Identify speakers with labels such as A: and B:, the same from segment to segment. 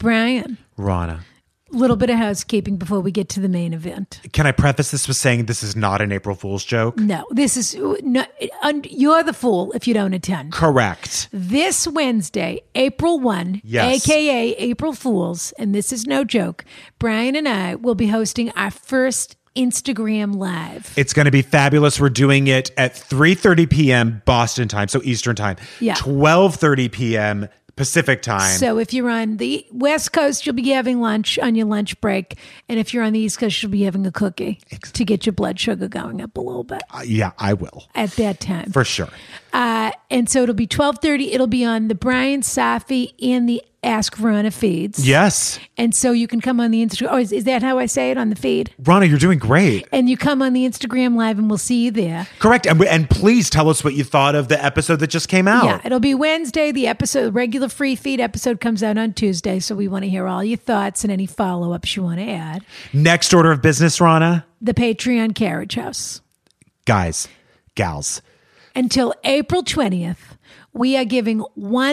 A: Brian,
B: Rana.
A: a little bit of housekeeping before we get to the main event.
B: Can I preface this with saying this is not an April Fool's joke?
A: No, this is no, un- you're the fool if you don't attend.
B: Correct.
A: This Wednesday, April 1,
B: Yes.
A: aka April Fools, and this is no joke, Brian and I will be hosting our first Instagram live.
B: It's going to be fabulous. We're doing it at 3:30 p.m. Boston time, so Eastern time.
A: Yeah.
B: 12:30 p.m. Pacific time.
A: So if you're on the West Coast, you'll be having lunch on your lunch break. And if you're on the East Coast, you'll be having a cookie to get your blood sugar going up a little bit
B: Uh, yeah, I will.
A: at that time.
B: For sure.
A: Uh, and so it'll be 1230. It'll be on the Brian Safi and the Ask Verona feeds.
B: Yes.
A: And so you can come on the Instagram. Oh, is, is that how I say it on the feed?
B: Rana, you're doing great.
A: And you come on the Instagram live and we'll see you there.
B: Correct. And, and please tell us what you thought of the episode that just came out.
A: Yeah, it'll be Wednesday. The episode, regular free feed episode comes out on Tuesday. So we want to hear all your thoughts and any follow ups you want to add.
B: Next order of business, Rana.
A: The Patreon Carriage House.
B: Guys, gals.
A: Until April 20th, we are giving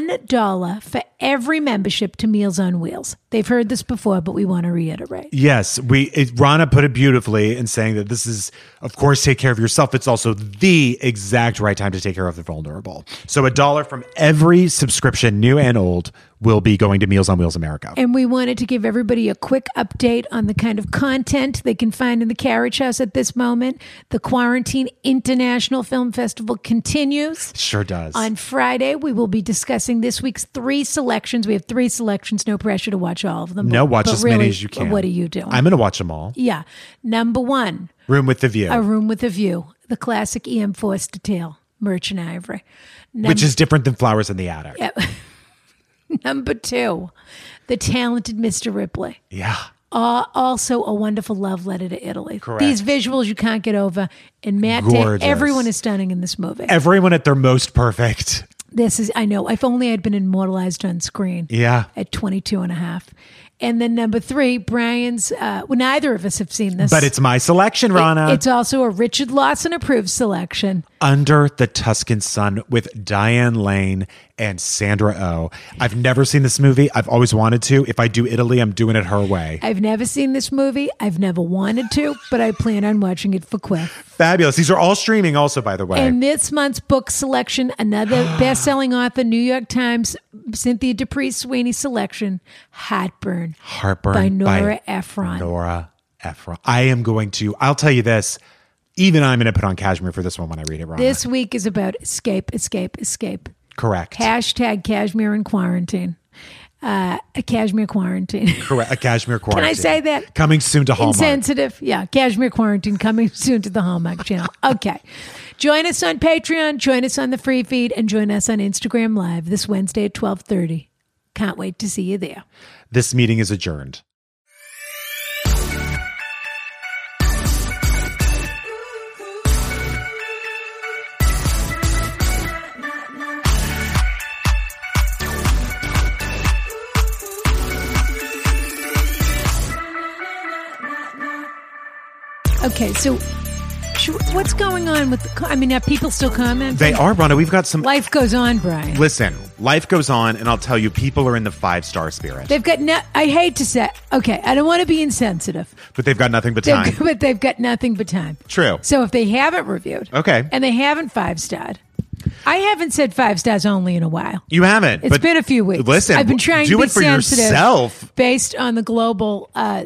A: $1 for every membership to Meals on Wheels. They've heard this before, but we want to reiterate.
B: Yes, we it, Rana put it beautifully in saying that this is, of course, take care of yourself. It's also the exact right time to take care of the vulnerable. So a dollar from every subscription, new and old, will be going to Meals on Wheels America.
A: And we wanted to give everybody a quick update on the kind of content they can find in the Carriage House at this moment. The Quarantine International Film Festival continues.
B: sure does.
A: On Friday, we will be discussing this week's three selections. We have three selections. No pressure to watch all of them.
B: no,
A: but-
B: watch
A: but
B: as many
A: really,
B: as you can.
A: What are you doing?
B: I'm going to watch them all.
A: yeah. Number one,
B: Room with the View,
A: A Room with a View, the classic E.M. Forster tale, Merchant Ivory. Num-
B: which is different than Flowers in the Attic. Yeah.
A: number two, The Talented Mr. Ripley. Uh, also, a wonderful love letter to Italy.
B: Correct.
A: These visuals you can't get over. And Matt, Day,
B: Gorgeous.
A: everyone is stunning in this movie.
B: Everyone at their most perfect.
A: this is, I know, if only I'd been immortalized on screen.
B: Yeah.
A: at 22 and a half. And then number three, Brian's, uh, well, neither of us have seen this.
B: But it's my selection, Rana.
A: It's also a Richard Lawson approved selection.
B: Under the Tuscan Sun with Diane Lane and Sandra Oh. I've never seen this movie. I've always wanted to. If I do Italy, I'm doing it her way.
A: I've never seen this movie. I've never wanted to, but I plan on watching it for quick.
B: Fabulous. These are all streaming, also, by the way.
A: And this month's book selection, another best selling author, New York Times, Cynthia Dupree Sweeney selection, Heartburn.
B: Heartburn
A: by Nora Ephron.
B: Nora Ephron. I am going to, I'll tell you this, even I'm going to put on cashmere for this one when I read it, Rana.
A: This week is about escape, escape, escape.
B: Correct.
A: Hashtag cashmere in quarantine. Uh, a cashmere quarantine.
B: Correct. A cashmere quarantine.
A: say that?
B: Coming soon to Hallmark.
A: Insensitive. Yeah. Cashmere Quarantine coming soon to the Hallmark Channel. Okay. Join us on Patreon. Join us on the free feed and join us on Instagram Live this Wednesday at 1230. Can't wait to see you there.
B: This meeting is adjourned.
A: Okay. So sh- what's going on with the, co- I mean, are people still commenting?
B: They are, Rana. We've got some.
A: Life goes on, Brian.
B: Listen, life goes on, and I'll tell you, people are in the five star spirit,
A: They've got no, I hate to say, okay, I don't want to be insensitive,
B: but they've got nothing but
A: They've-
B: time.
A: but they've got nothing but time.
B: True.
A: So if they haven't reviewed,
B: Okay.
A: and they haven't five starred, I haven't said five stars only in a while.
B: You haven't.
A: It's
B: but
A: been a few weeks.
B: Listen,
A: I've been trying
B: do
A: to be
B: it for
A: sensitive
B: yourself.
A: based on the global uh,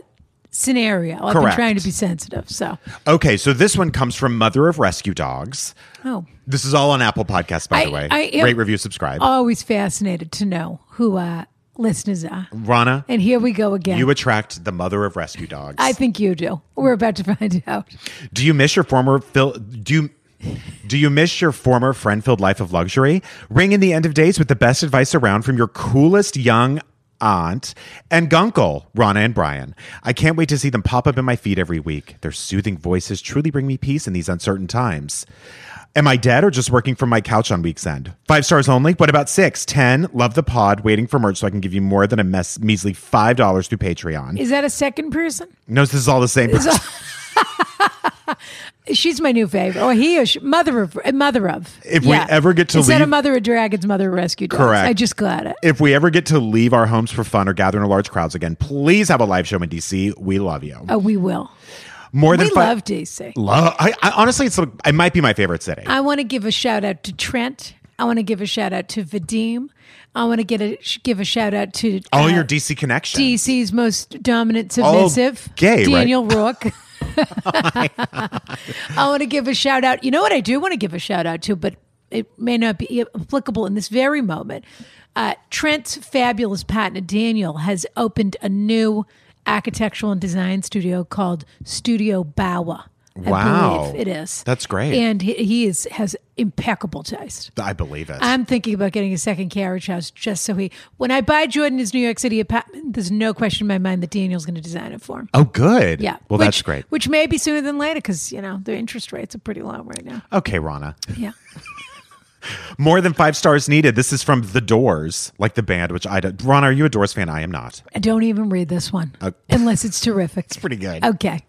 A: scenario. I've been
B: Correct.
A: trying to be sensitive. So,
B: Okay, so this one comes from Mother of Rescue Dogs.
A: oh,
B: This is all on Apple Podcasts, by
A: I-
B: the way.
A: I Oh. am-
B: Rate, review, subscribe.
A: always fascinated to know who uh, listeners are.
B: Rana,
A: And here we go again.
B: you attract the Mother of Rescue Dogs.
A: I think you do. We're about to find out.
B: do you miss your former Phil? Do you? Do you miss your former friend filled life of luxury? Ring in the end of days with the best advice around from your coolest young aunt and gunkle, Rana and Brian. I can't wait to see them pop up in my feed every week. Their soothing voices truly bring me peace in these uncertain times. Am I dead or just working from my couch on week's end? Five stars only. What about six? Ten. Love the pod. Waiting for merch so I can give you more than a mes- measly $5 through Patreon.
A: Is that a second person?
B: No, this is all the same. person.
A: She's my new favorite. Or he or she, mother of eh, mother of.
B: If we ever get to
A: instead of
B: leave-
A: mother of dragons, mother of rescue dogs.
B: Correct.
A: I just got it.
B: If we ever get to leave our homes for fun or gather in large crowds again, please have a live show in DC. We love you.
A: Oh, we will.
B: More
A: We
B: than fi-
A: love DC.
B: Lo- I, I honestly, it's like- it might be my favorite city.
A: I want to give a shout out to Trent. I want to give a shout out to Vadim. I want to get a sh- give a shout out to
B: All
A: uh,
B: your DC connections.
A: DC's most dominant submissive,
B: gay, right?
A: Daniel Rourke. I want to give a shout out. You know what I do want to give a shout out to, but it may not be applicable in this very moment. Uh, Trent's fabulous partner Daniel has opened a new architectural and design studio called Studio Bawa.
B: Wow.
A: I believe it is.
B: That's great.
A: And he, he is has impeccable taste.
B: I believe it.
A: I'm thinking about getting a second carriage house just so he, when I buy Jordan his New York City apartment, there's no question in my mind that Daniel's going to design it for him.
B: oh, good.
A: Yeah.
B: Well,
A: Which-
B: that's great.
A: Which may be sooner than later because, you know, the interest rates are pretty low right now.
B: Okay, Rana.
A: Yeah.
B: More than five stars needed. This is from The Doors, like the band, which I don't. Rana, are you a Doors fan? I am not.
A: I don't even read this one unless it's terrific. It's
B: Uh, Pretty good.
A: Okay.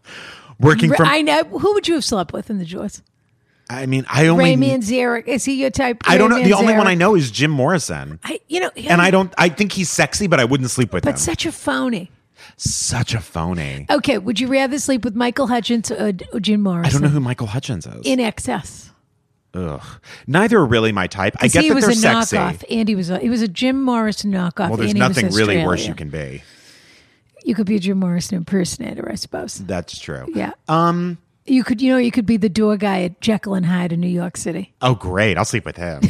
B: Working from.
A: I
B: I,
A: know. Who would you have slept with in the Jaws?
B: mean, I only.
A: Raymond Zarek. Is he your type?
B: I don't know.
A: Ray
B: The only one I
A: Manzarek?
B: know is Jim Morrison.
A: I, you know,
B: And I don't. I think he's sexy, but I wouldn't sleep with him.
A: But such a phony.
B: Such a phony.
A: Okay. Would you rather sleep with Michael Hutchins or, or Jim Morrison?
B: I don't know who Michael Hutchins is.
A: In excess.
B: Ugh. Neither are really my type. I get
A: he
B: that
A: was
B: they're
A: a
B: sexy.
A: knockoff. Andy was a, he was a Jim Morrison knockoff.
B: Well, there's
A: Andy
B: nothing
A: was
B: really
A: Australia.
B: worse you can be.
A: You could be a Jim Morrison impersonator, I suppose.
B: That's true.
A: Yeah. Um. You could, you know, you could be the door guy at Jekyll and Hyde in New York City.
B: Oh, great. I'll sleep with him.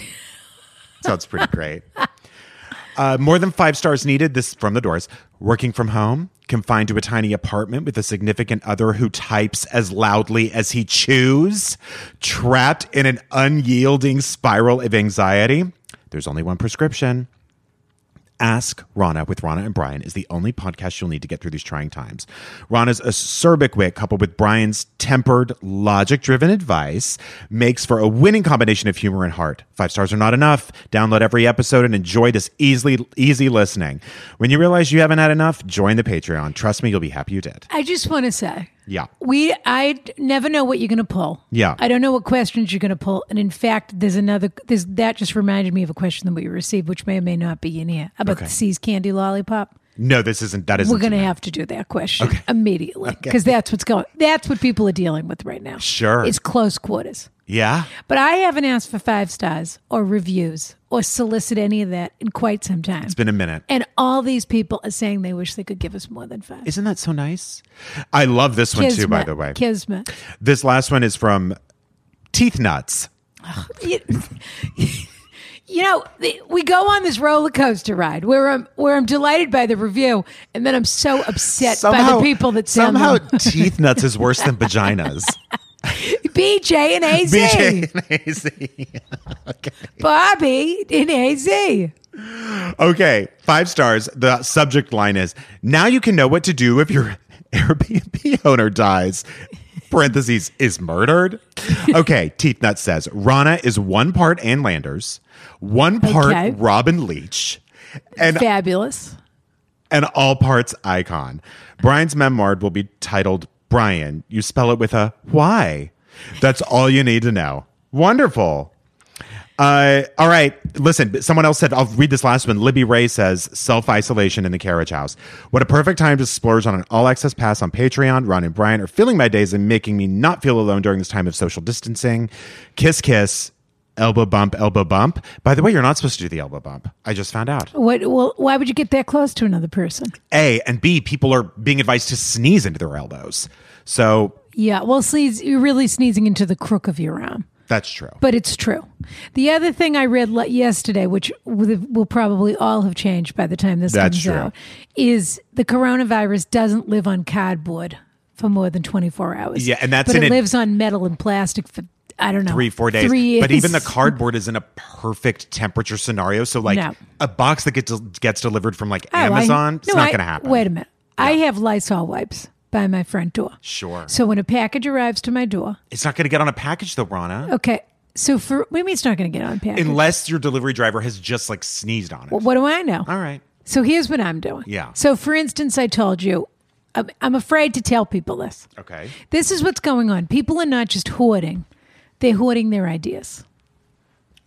B: Sounds pretty great. Uh, more than five stars needed. This is from the doors. Working from home, confined to a tiny apartment with a significant other who types as loudly as he chews, trapped in an unyielding spiral of anxiety. There's only one prescription. Ask Rana with Rana and Brian is the only podcast you'll need to get through these trying times. Rana's acerbic wit, coupled with Brian's tempered, logic driven advice, makes for a winning combination of humor and heart. Five stars are not enough. Download every episode and enjoy this easily easy listening. When you realize you haven't had enough, join the Patreon. Trust me, you'll be happy you did.
A: I just want to say,
B: Yeah.
A: we, I d- never know what you're going to pull.
B: Yeah.
A: I don't know what questions you're going to pull, and in fact, there's another. There's that just reminded me of a question that we received, which may or may not be in here about the C's candy lollipop.
B: No, this isn't that isn't
A: We're going to have to do that question immediately because that's what's going. That's what people are dealing with right now.
B: Sure.
A: it's close quarters.
B: Yeah.
A: But I haven't asked for five stars or reviews or solicit any of that in quite some time.
B: It's been a minute.
A: and all these people are saying they wish they could give us more than five.
B: Isn't that so nice? I love this one too, by the way.
A: Kismet.
B: This last one is from Teeth Nuts.
A: You, you know, the- we go on this roller coaster ride where I'm where I'm delighted by the review, and then I'm so upset by the people that sound
B: somehow teeth nuts is worse than vaginas.
A: BJ and AZ,
B: BJ and AZ.
A: Bobby and AZ.
B: Okay, five stars. The subject line is now you can know what to do if your Airbnb owner dies. Parentheses is murdered. Okay, Teeth Nut says Rana is one part Ann Landers, one part
A: Okay.
B: Robin Leach, and
A: Fabulous.
B: an all parts icon. Brian's memoir will be titled Brian. You spell it with a Y. That's all you need to know. Wonderful. Uh, all right. Listen, someone else said, I'll read this last one. Libby Ray says, self isolation in the carriage house. What a perfect time to splurge on an all access pass on Patreon. Ron and Brian are filling my days and making me not feel alone during this time of social distancing. Kiss, kiss, elbow bump, elbow bump. By the way, you're not supposed to do the elbow bump. I just found out.
A: What? Well, why would you get that close to another person?
B: A and B, people are being advised to sneeze into their elbows. So
A: Yeah, well, sneeze, you're really sneezing into the crook of your arm,
B: that's true.
A: but it's true. The other thing I read le- yesterday, which w- will probably all have changed by the time this
B: That's
A: comes
B: true.
A: out, is the coronavirus doesn't live on cardboard for more than 24 hours.
B: Yeah, and that's
A: but
B: in
A: it
B: an-
A: lives on metal and plastic for I don't know
B: three, four days.
A: Three years.
B: But even the cardboard is in a perfect temperature scenario. So like
A: No.
B: a box that gets gets delivered from like
A: Oh, I-
B: Amazon, it's
A: no,
B: not
A: I-
B: going to happen.
A: Wait a minute. I have Lysol wipes by my front door.
B: Sure.
A: So when a package arrives to my door,
B: It's not going to get on a package though, Rana,
A: okay. So for what do you mean it's not going to get on a package?
B: unless your delivery driver has just like sneezed on it.
A: What do I know?
B: All right.
A: So here's what I'm doing.
B: Yeah.
A: So for instance, I told you I'm- I'm afraid to tell people this.
B: Okay.
A: This is what's going on. People are not just hoarding, they're hoarding their ideas.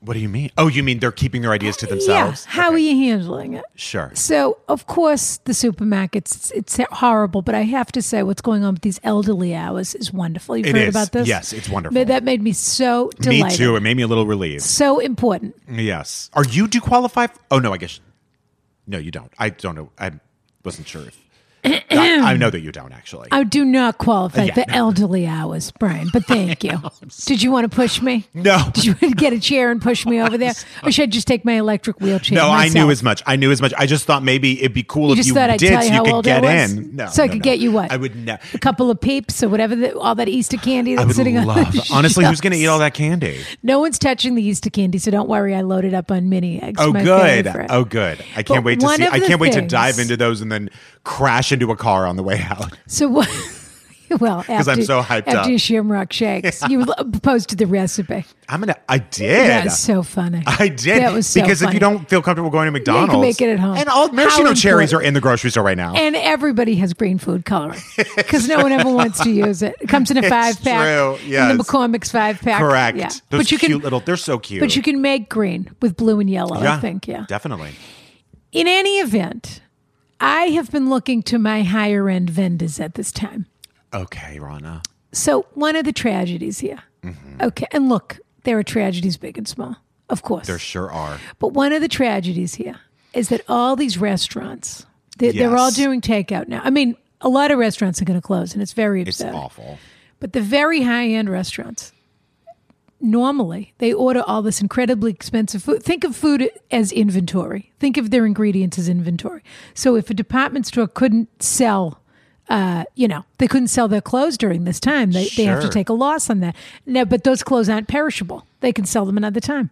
B: What do you mean? Oh, you mean they're keeping their ideas to themselves?
A: Yeah. How
B: Okay.
A: are you handling it?
B: Sure.
A: So, of course, the supermarkets, it's, it's horrible, but I have to say what's going on with these elderly hours is wonderful. You've
B: It
A: heard
B: is.
A: about this?
B: Yes, it's wonderful.
A: Ma- That made me so delighted.
B: Me too. It made me a little relieved.
A: So important.
B: Yes. Are you do qualify? f- oh no, I guess. No, you don't. I don't know. I wasn't sure if. I, I know that you don't actually.
A: I do not qualify
B: Yeah,
A: for
B: no.
A: elderly hours, Brian, but thank you. Did you want to push me?
B: no.
A: Did you want to get a chair and push me over there? Or should I just take my electric wheelchair?
B: No, I knew
A: myself?
B: as much. I knew as much. I just thought maybe it'd be cool
A: You
B: if
A: just
B: you
A: thought I'd
B: did
A: tell you
B: so
A: how
B: you could
A: old
B: get
A: I was,
B: in. No,
A: so I
B: no,
A: could
B: no.
A: get you what?
B: I would never.
A: A couple of peeps or whatever, the, all that Easter candy that's
B: I would
A: sitting on.
B: love.
A: the
B: Honestly, who's going to
A: shelves.
B: eat all that candy?
A: No one's touching the Easter candy, so don't worry. I loaded up on mini eggs.
B: Oh,
A: my
B: good.
A: favorite.
B: Oh, good. I
A: But
B: can't wait to
A: one
B: see.
A: of
B: I
A: the
B: can't wait to dive
A: things-
B: into those and then crash into a car on the way out.
A: So what? Well, because
B: I'm so hyped
A: after
B: up.
A: your shamrock shakes, you posted the recipe.
B: I'm gonna. I did.
A: That was so funny.
B: I did.
A: That was so
B: because if
A: funny.
B: you don't feel comfortable going to
A: can
B: McDonald's,
A: make it at home.
B: And all maraschino
A: How
B: cherries
A: important.
B: are in the grocery store right now.
A: And everybody has green food coloring because no one ever wants to use it. It comes in a
B: It's
A: five pack.
B: true,
A: In
B: yes.
A: the McCormick's five pack.
B: Correct.
A: Yeah.
B: Those
A: but you
B: cute
A: can,
B: little. They're so cute.
A: but you can make green with blue and yellow. I think. Yeah.
B: Definitely.
A: In any event, I have been looking to my higher end vendors at this time.
B: Okay, Rana.
A: So one of the tragedies here.
B: Mm-hmm.
A: Okay, and look, there are tragedies big and small, of course.
B: There sure are.
A: But one of the tragedies here is that all these restaurants, they, they're all
B: Yes.
A: doing takeout now. I mean, a lot of restaurants are going to close, and it's very
B: It's
A: upsetting.
B: awful.
A: But the very high end restaurants, normally they order all this incredibly expensive food. Think of food as inventory, think of their ingredients as inventory. So if a department store couldn't sell, uh, you know, they couldn't sell their clothes during this time. They, they have to
B: Sure.
A: take a loss on that. No, but those clothes aren't perishable. They can sell them another time,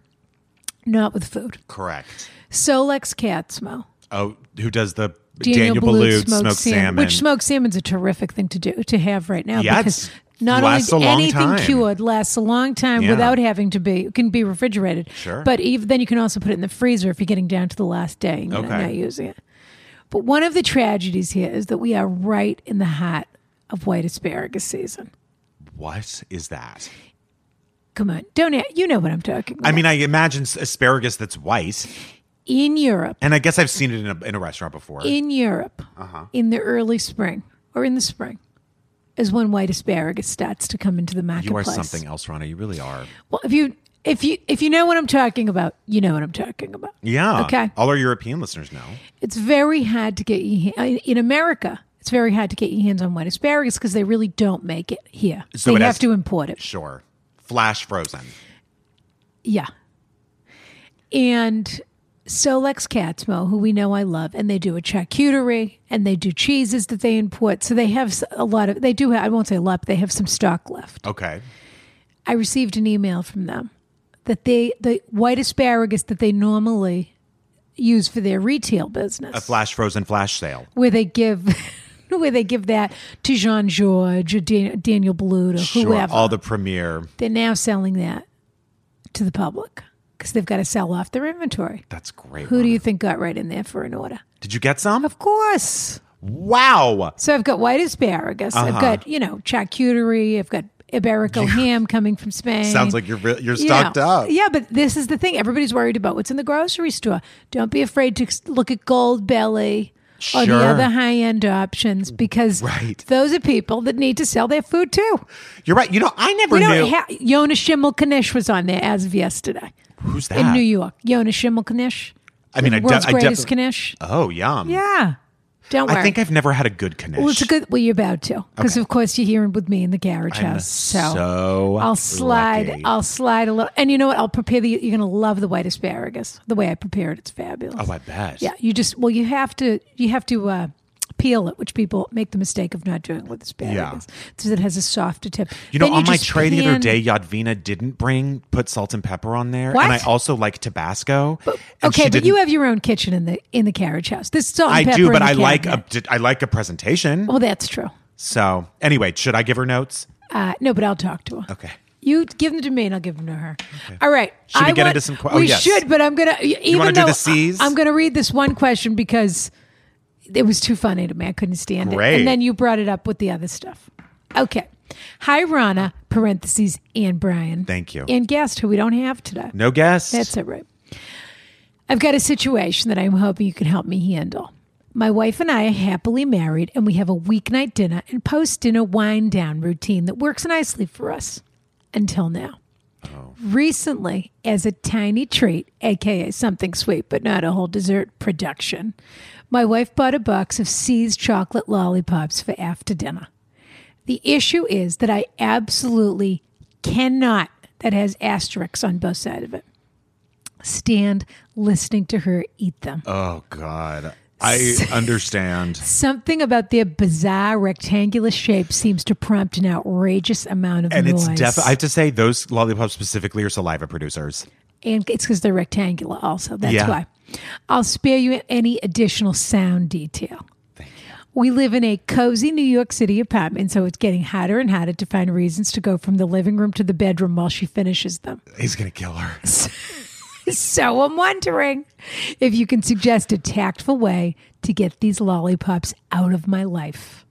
A: not with food.
B: Correct.
A: Solex cat smell.
B: Oh, who does the Daniel, Balut smoked, salmon?
A: Which smoked salmon's a terrific thing to do to have right now
B: Yeah,
A: because
B: it's-
A: not
B: lasts
A: only
B: a long
A: anything
B: time.
A: cured lasts a long time
B: Yeah.
A: without having to be it can be refrigerated.
B: Sure.
A: But even then you can also put it in the freezer if you're getting down to the last day and you're
B: Okay.
A: not using it. But one of the tragedies here is that we are right in the heart of white asparagus season.
B: what is that?
A: Come on, don't a- you know what I'm talking about?
B: I mean, I imagine s- asparagus that's white,
A: in Europe,
B: and I guess I've seen it in a, in a restaurant before.
A: in Europe
B: Uh-huh.
A: in the early spring or in the spring is when white asparagus starts to come into the
B: you are
A: marketplace.
B: something else, Rana. You really are.
A: Well, if you if you if you know what I'm talking about, you know what I'm talking about.
B: Yeah.
A: Okay.
B: All our European listeners know.
A: It's very hard to get your ha- uh, in America. It's very hard to get your hands on white asparagus because they really don't make it here.
B: So
A: they
B: it
A: have
B: has-
A: to import it.
B: Sure. Flash frozen.
A: Yeah. And Solex Catsmo, who we know I love, and they do a charcuterie and they do cheeses that they import. So they have s- a lot of, they do, ha- I won't say a lot, but they have some stock left.
B: Okay.
A: I received an email from them that they, the white asparagus that they normally use for their retail business,
B: A flash frozen flash sale.
A: where they give. Where they give that to Jean George or Dan- Daniel Blute or
B: Sure.
A: whoever
B: All the premiere.
A: they're now selling that to the public because they've got to sell off their inventory.
B: That's great.
A: Who do you think got right in there for an order?
B: Did you get some?
A: Of course.
B: Wow.
A: So I've got white asparagus.
B: Uh-huh.
A: I've got you know charcuterie. I've got Iberico ham coming from Spain.
B: Sounds like you're re- you're
A: You know.
B: stocked up.
A: Eh. Yeah, but this is the thing. Everybody's worried about what's in the grocery store. Don't be afraid to ex- look at Gold Belly or the
B: Sure.
A: other high end options because
B: Right.
A: those are people that need to sell their food too.
B: You're right. You know, I never
A: You know,
B: knew.
A: ha- Yona Schimmelkanish was on there as of yesterday
B: Who's that?
A: in New York. Yona Schimmelkanish.
B: I mean, I, de-
A: world's
B: I
A: greatest
B: definitely-
A: Kanish.
B: Oh, yum.
A: Yeah. Don't worry.
B: I think I've never had a good Kanish.
A: Well, it's a good. Well, you're about to, because
B: Okay.
A: of course you're here with me in the carriage house. So,
B: so
A: I'll slide.
B: lucky.
A: I'll slide a little, and you know what? I'll prepare the. You're gonna love the white asparagus. The way I prepare it, it's fabulous.
B: Oh, I bet.
A: Yeah, you just well, you have to. You have to. uh Peel it, which people make the mistake of not doing with asparagus, because it has a softer tip.
B: You know,
A: Then
B: on my
A: just
B: tray the other
A: pan-
B: day, Yadvina didn't bring put salt and pepper on there,
A: What?
B: and I also like Tabasco. and she
A: Okay, but you
B: didn't-
A: have your own kitchen in the in the carriage house. This salt and
B: I
A: pepper
B: do,
A: in
B: but
A: the
B: I like a,
A: cabinet.
B: did- I like a presentation.
A: Well, that's true.
B: So anyway, should I give her notes?
A: Uh, no, but I'll talk to her.
B: Okay.
A: You give them to me, and I'll give them to her. All right.
B: Should we
A: I
B: get
A: want-
B: into some que- oh,
A: we
B: yes.
A: should, but I'm gonna. Even
B: wanna do
A: though
B: the Cs?
A: I, am gonna read this one question because it was too funny to me. I couldn't stand it.
B: Great.
A: And then you brought it up with the other stuff. Okay. Hi, Rana, parentheses, and Brian.
B: Thank you.
A: And guest who we don't have today.
B: No guess.
A: That's it, right. I've got a situation that I'm hoping you can help me handle. My wife and I are happily married, and we have a weeknight dinner and post dinner wind down routine that works nicely for us until now. Oh. Recently, as a tiny treat, aka something sweet but not a whole dessert production, my wife bought a box of C's chocolate lollipops for after dinner. The issue is that I absolutely cannot, that has asterisks on both sides of it, stand listening to her eat them.
B: oh God. I understand.
A: Something about their bizarre rectangular shape seems to prompt an outrageous amount of
B: And
A: noise.
B: it's definitely, I have to say, those lollipops specifically are saliva producers.
A: and it's because they're rectangular also that's
B: Yeah.
A: why i'll spare you any additional sound detail we live in a cozy New York City apartment, so it's getting hotter and hotter to find reasons to go from the living room to the bedroom while she finishes them.
B: He's going to kill her.
A: So I'm wondering if you can suggest a tactful way to get these lollipops out of my life.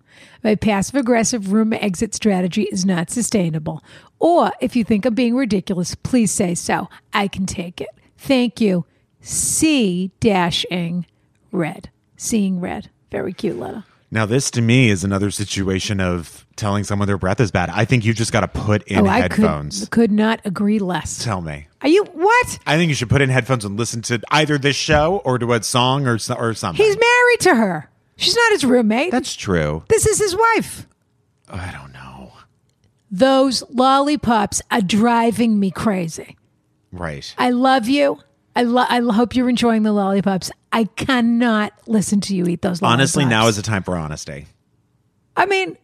A: My passive aggressive room exit strategy is not sustainable. Or if you think I'm being ridiculous, please say so. I can take it. Thank you. C dashing red. Seeing red. Very cute letter.
B: Now, this to me is another situation of telling someone their breath is bad. I think you just got to put in
A: Oh, I
B: headphones.
A: could, could not agree less.
B: Tell me.
A: Are you what?
B: I think you should put in headphones and listen to either this show or to a song or, so- or something.
A: He's married to her. She's not his roommate.
B: That's true.
A: this is his wife.
B: I don't know.
A: Those lollipops are driving me crazy.
B: Right.
A: I love you. I, lo- I hope you're enjoying the lollipops. I cannot listen to you eat those lollipops.
B: Honestly, now is the time for honesty.
A: I mean,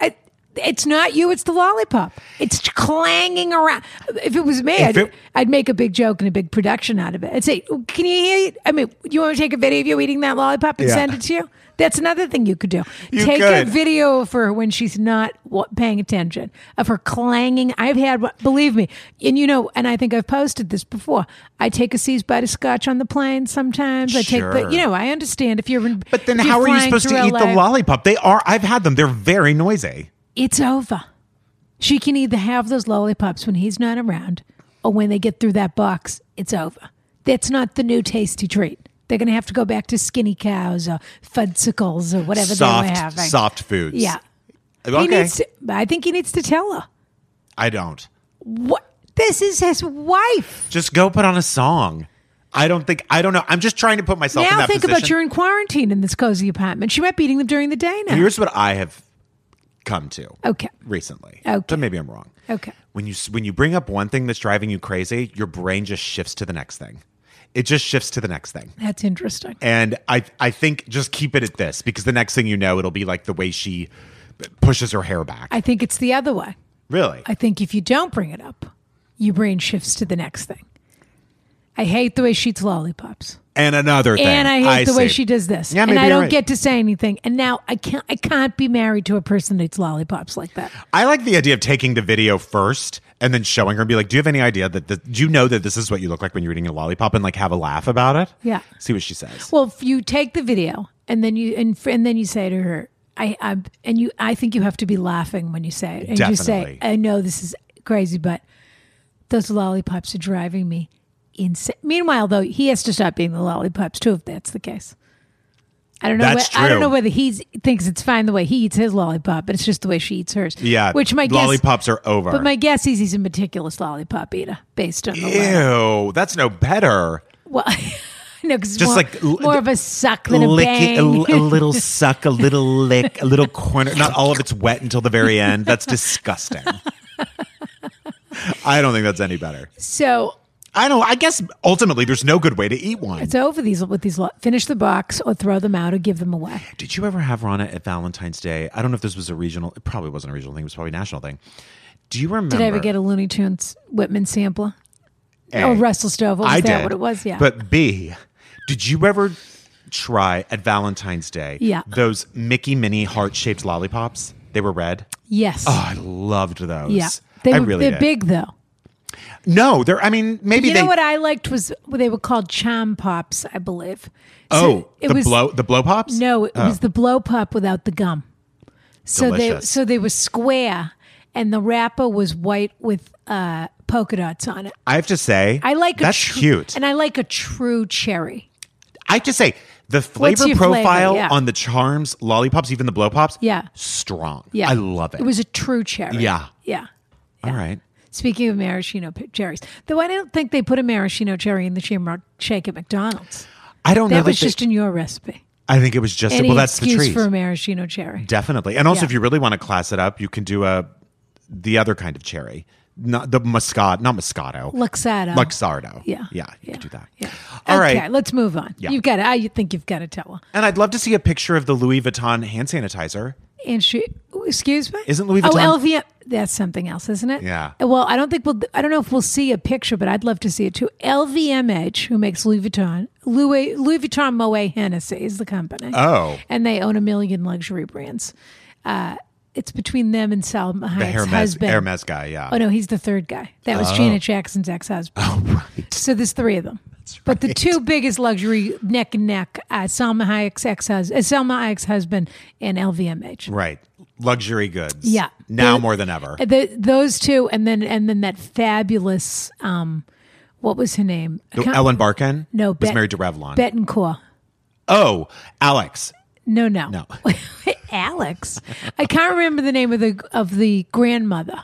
A: I, it's not you, it's the lollipop. It's clanging around. If it was me, I'd,
B: it-
A: I'd make a big joke and a big production out of it. I'd say, Can you hear? it? I mean, you want to take a video of you eating that lollipop and
B: Yeah.
A: send it to you? That's another thing you could do.
B: You
A: take
B: could.
A: a video of her when she's not wa- paying attention, of her clanging. I've had, one- believe me, and you know, and I think I've posted this before. I take a C's butterscotch on the plane sometimes. I take,
B: Sure.
A: but you know, I understand if you're in.
B: But then
A: if you're
B: how are you
A: flying
B: supposed to
A: through
B: eat the
A: LA
B: lollipop? They are, I've had them. They're very noisy.
A: it's over. She can either have those lollipops when he's not around or when they get through that box, it's over. That's not the new tasty treat. They're going to have to go back to skinny cows or fudgesicles or whatever they were
B: Soft,
A: having.
B: soft foods.
A: Yeah.
B: Okay.
A: He needs to, I think he needs to tell her.
B: I don't.
A: What? This is his wife.
B: Just go put on a song. I don't think, I don't know. I'm just trying to put myself in
A: now
B: that
A: think
B: position.
A: about you're in quarantine in this cozy apartment. She might be eating them during the day now.
B: Here's what I have come to
A: okay.
B: recently.
A: Okay.
B: So maybe I'm wrong.
A: Okay.
B: When you when you bring up one thing that's driving you crazy, your brain just shifts to the next thing. It just shifts to the next thing.
A: That's interesting.
B: And I I think just keep it at this because the next thing you know, it'll be like the way she pushes her hair back.
A: I think it's the other way.
B: really?
A: I think if you don't bring it up, your brain shifts to the next thing. I hate the way she eats lollipops,
B: and another thing.
A: and I hate the way
B: see.
A: she does this,
B: Yeah,
A: and
B: maybe
A: I
B: you're
A: don't
B: right.
A: get to say anything. And now I can't, I can't be married to a person that eats lollipops like that.
B: I like the idea of taking the video first and then showing her and be like, "Do you have any idea that the, do you know that this is what you look like when you're eating a lollipop?" And like have a laugh about it.
A: Yeah.
B: See what she says.
A: Well, if you take the video, and then you and, and then you say to her, I, I and you, I think you have to be laughing when you say it, and you say,
B: Definitely.
A: I know this is crazy, but those lollipops are driving me insane. Meanwhile, though, he has to stop eating the lollipops too, if that's the case. I don't know.
B: That's
A: whe- I don't
B: true.
A: know whether he thinks it's fine the way he eats his lollipop, but it's just the way she eats hers.
B: Yeah.
A: which my guess,
B: lollipops are over.
A: but my guess is he's a meticulous lollipop eater, based on the letter.
B: Ew, that's no better.
A: well, no, because
B: Just
A: more,
B: like l-
A: more of a suck than a
B: lick
A: bang.
B: it, a, l- a little suck, a little lick, a little corner. Not all of it's wet until the very end. That's disgusting. I don't think that's any better.
A: So
B: I don't. I guess ultimately, there's no good way to eat one.
A: it's over these with these. lo- Finish the box or throw them out or give them away.
B: Did you ever have Rana at Valentine's Day? I don't know if this was a regional. It probably wasn't a regional thing. It was probably a national thing. Do you remember?
A: Did I ever get a Looney Tunes Whitman sampler?
B: A,
A: Oh, Russell Stover. Was
B: I
A: that
B: did.
A: what it was? Yeah.
B: But B, did you ever try at Valentine's Day?
A: Yeah.
B: Those Mickey Mini heart shaped lollipops. They were red.
A: yes.
B: Oh, I loved those.
A: yeah. They
B: I
A: were,
B: really
A: they're
B: did.
A: big though.
B: No, there. I mean, maybe
A: You
B: they.
A: know what I liked was they were called cham pops, I believe.
B: oh,
A: it
B: the
A: was
B: blow Oh. the blow pops.
A: no, it was the blow pop without the gum. So they
B: Delicious.
A: so they were square, and the wrapper was white with uh, polka dots on it.
B: I have to say,
A: I like
B: that's
A: a tru-
B: cute.
A: and I like a true cherry.
B: I have to say, the flavor
A: your flavor?
B: profile
A: Yeah.
B: on the charms, lollipops, even the blow pops,
A: Yeah.
B: strong.
A: Yeah,
B: I love it.
A: It was a true cherry.
B: Yeah.
A: yeah.
B: all right.
A: Speaking of maraschino p- cherries, though I don't think they put a maraschino cherry in the shamrock shake at McDonald's.
B: I don't know.
A: That
B: That
A: was
B: they-
A: just in your recipe.
B: I think it was just.
A: Any
B: well, that's the
A: excuse
B: trees.
A: for a maraschino cherry.
B: Definitely. And also,
A: Yeah.
B: if you really want to class it up, you can do a the other kind of cherry, not the muscat, not moscato,
A: Luxardo.
B: luxardo.
A: Yeah.
B: yeah, you
A: Yeah.
B: could do that.
A: Yeah.
B: All right.
A: okay, let's move on.
B: Yeah.
A: You've got to, I think you've got to tell her.
B: And I'd love to see a picture of the Louis Vuitton hand sanitizer.
A: And she, ooh, excuse me?
B: Isn't Louis
A: Oh,
B: Vuitton-
A: LVM. That's something else, isn't it? Uh,
B: Yeah.
A: Well, I don't think we'll, I don't know if we'll see a picture, but I'd love to see it too. LVMH, who makes Louis Vuitton, Louis, Louis Vuitton Moet Hennessy is the company.
B: Oh.
A: And they own a million luxury brands. Uh, it's between them and Salma
B: The
A: Hayek's
B: Hermes,
A: husband.
B: Hermes guy, yeah.
A: Oh no, he's the third guy. That was Janet Jackson's ex-husband.
B: Oh, right.
A: So there's three of them. But the two biggest luxury neck and neck, uh, Salma Hayek's ex-husband, uh, Salma Hayek's husband, and LVMH.
B: Right. Luxury goods.
A: Yeah.
B: Now
A: The-
B: more than ever.
A: The, those two, and then and then that fabulous, um, what was her name? I
B: The-
A: can't-
B: Ellen Barkin
A: No,
B: was
A: Bet-
B: married to Revlon.
A: Betancourt.
B: oh, Alex.
A: No, no,
B: No.
A: Alex. I can't remember the name of the of the grandmother,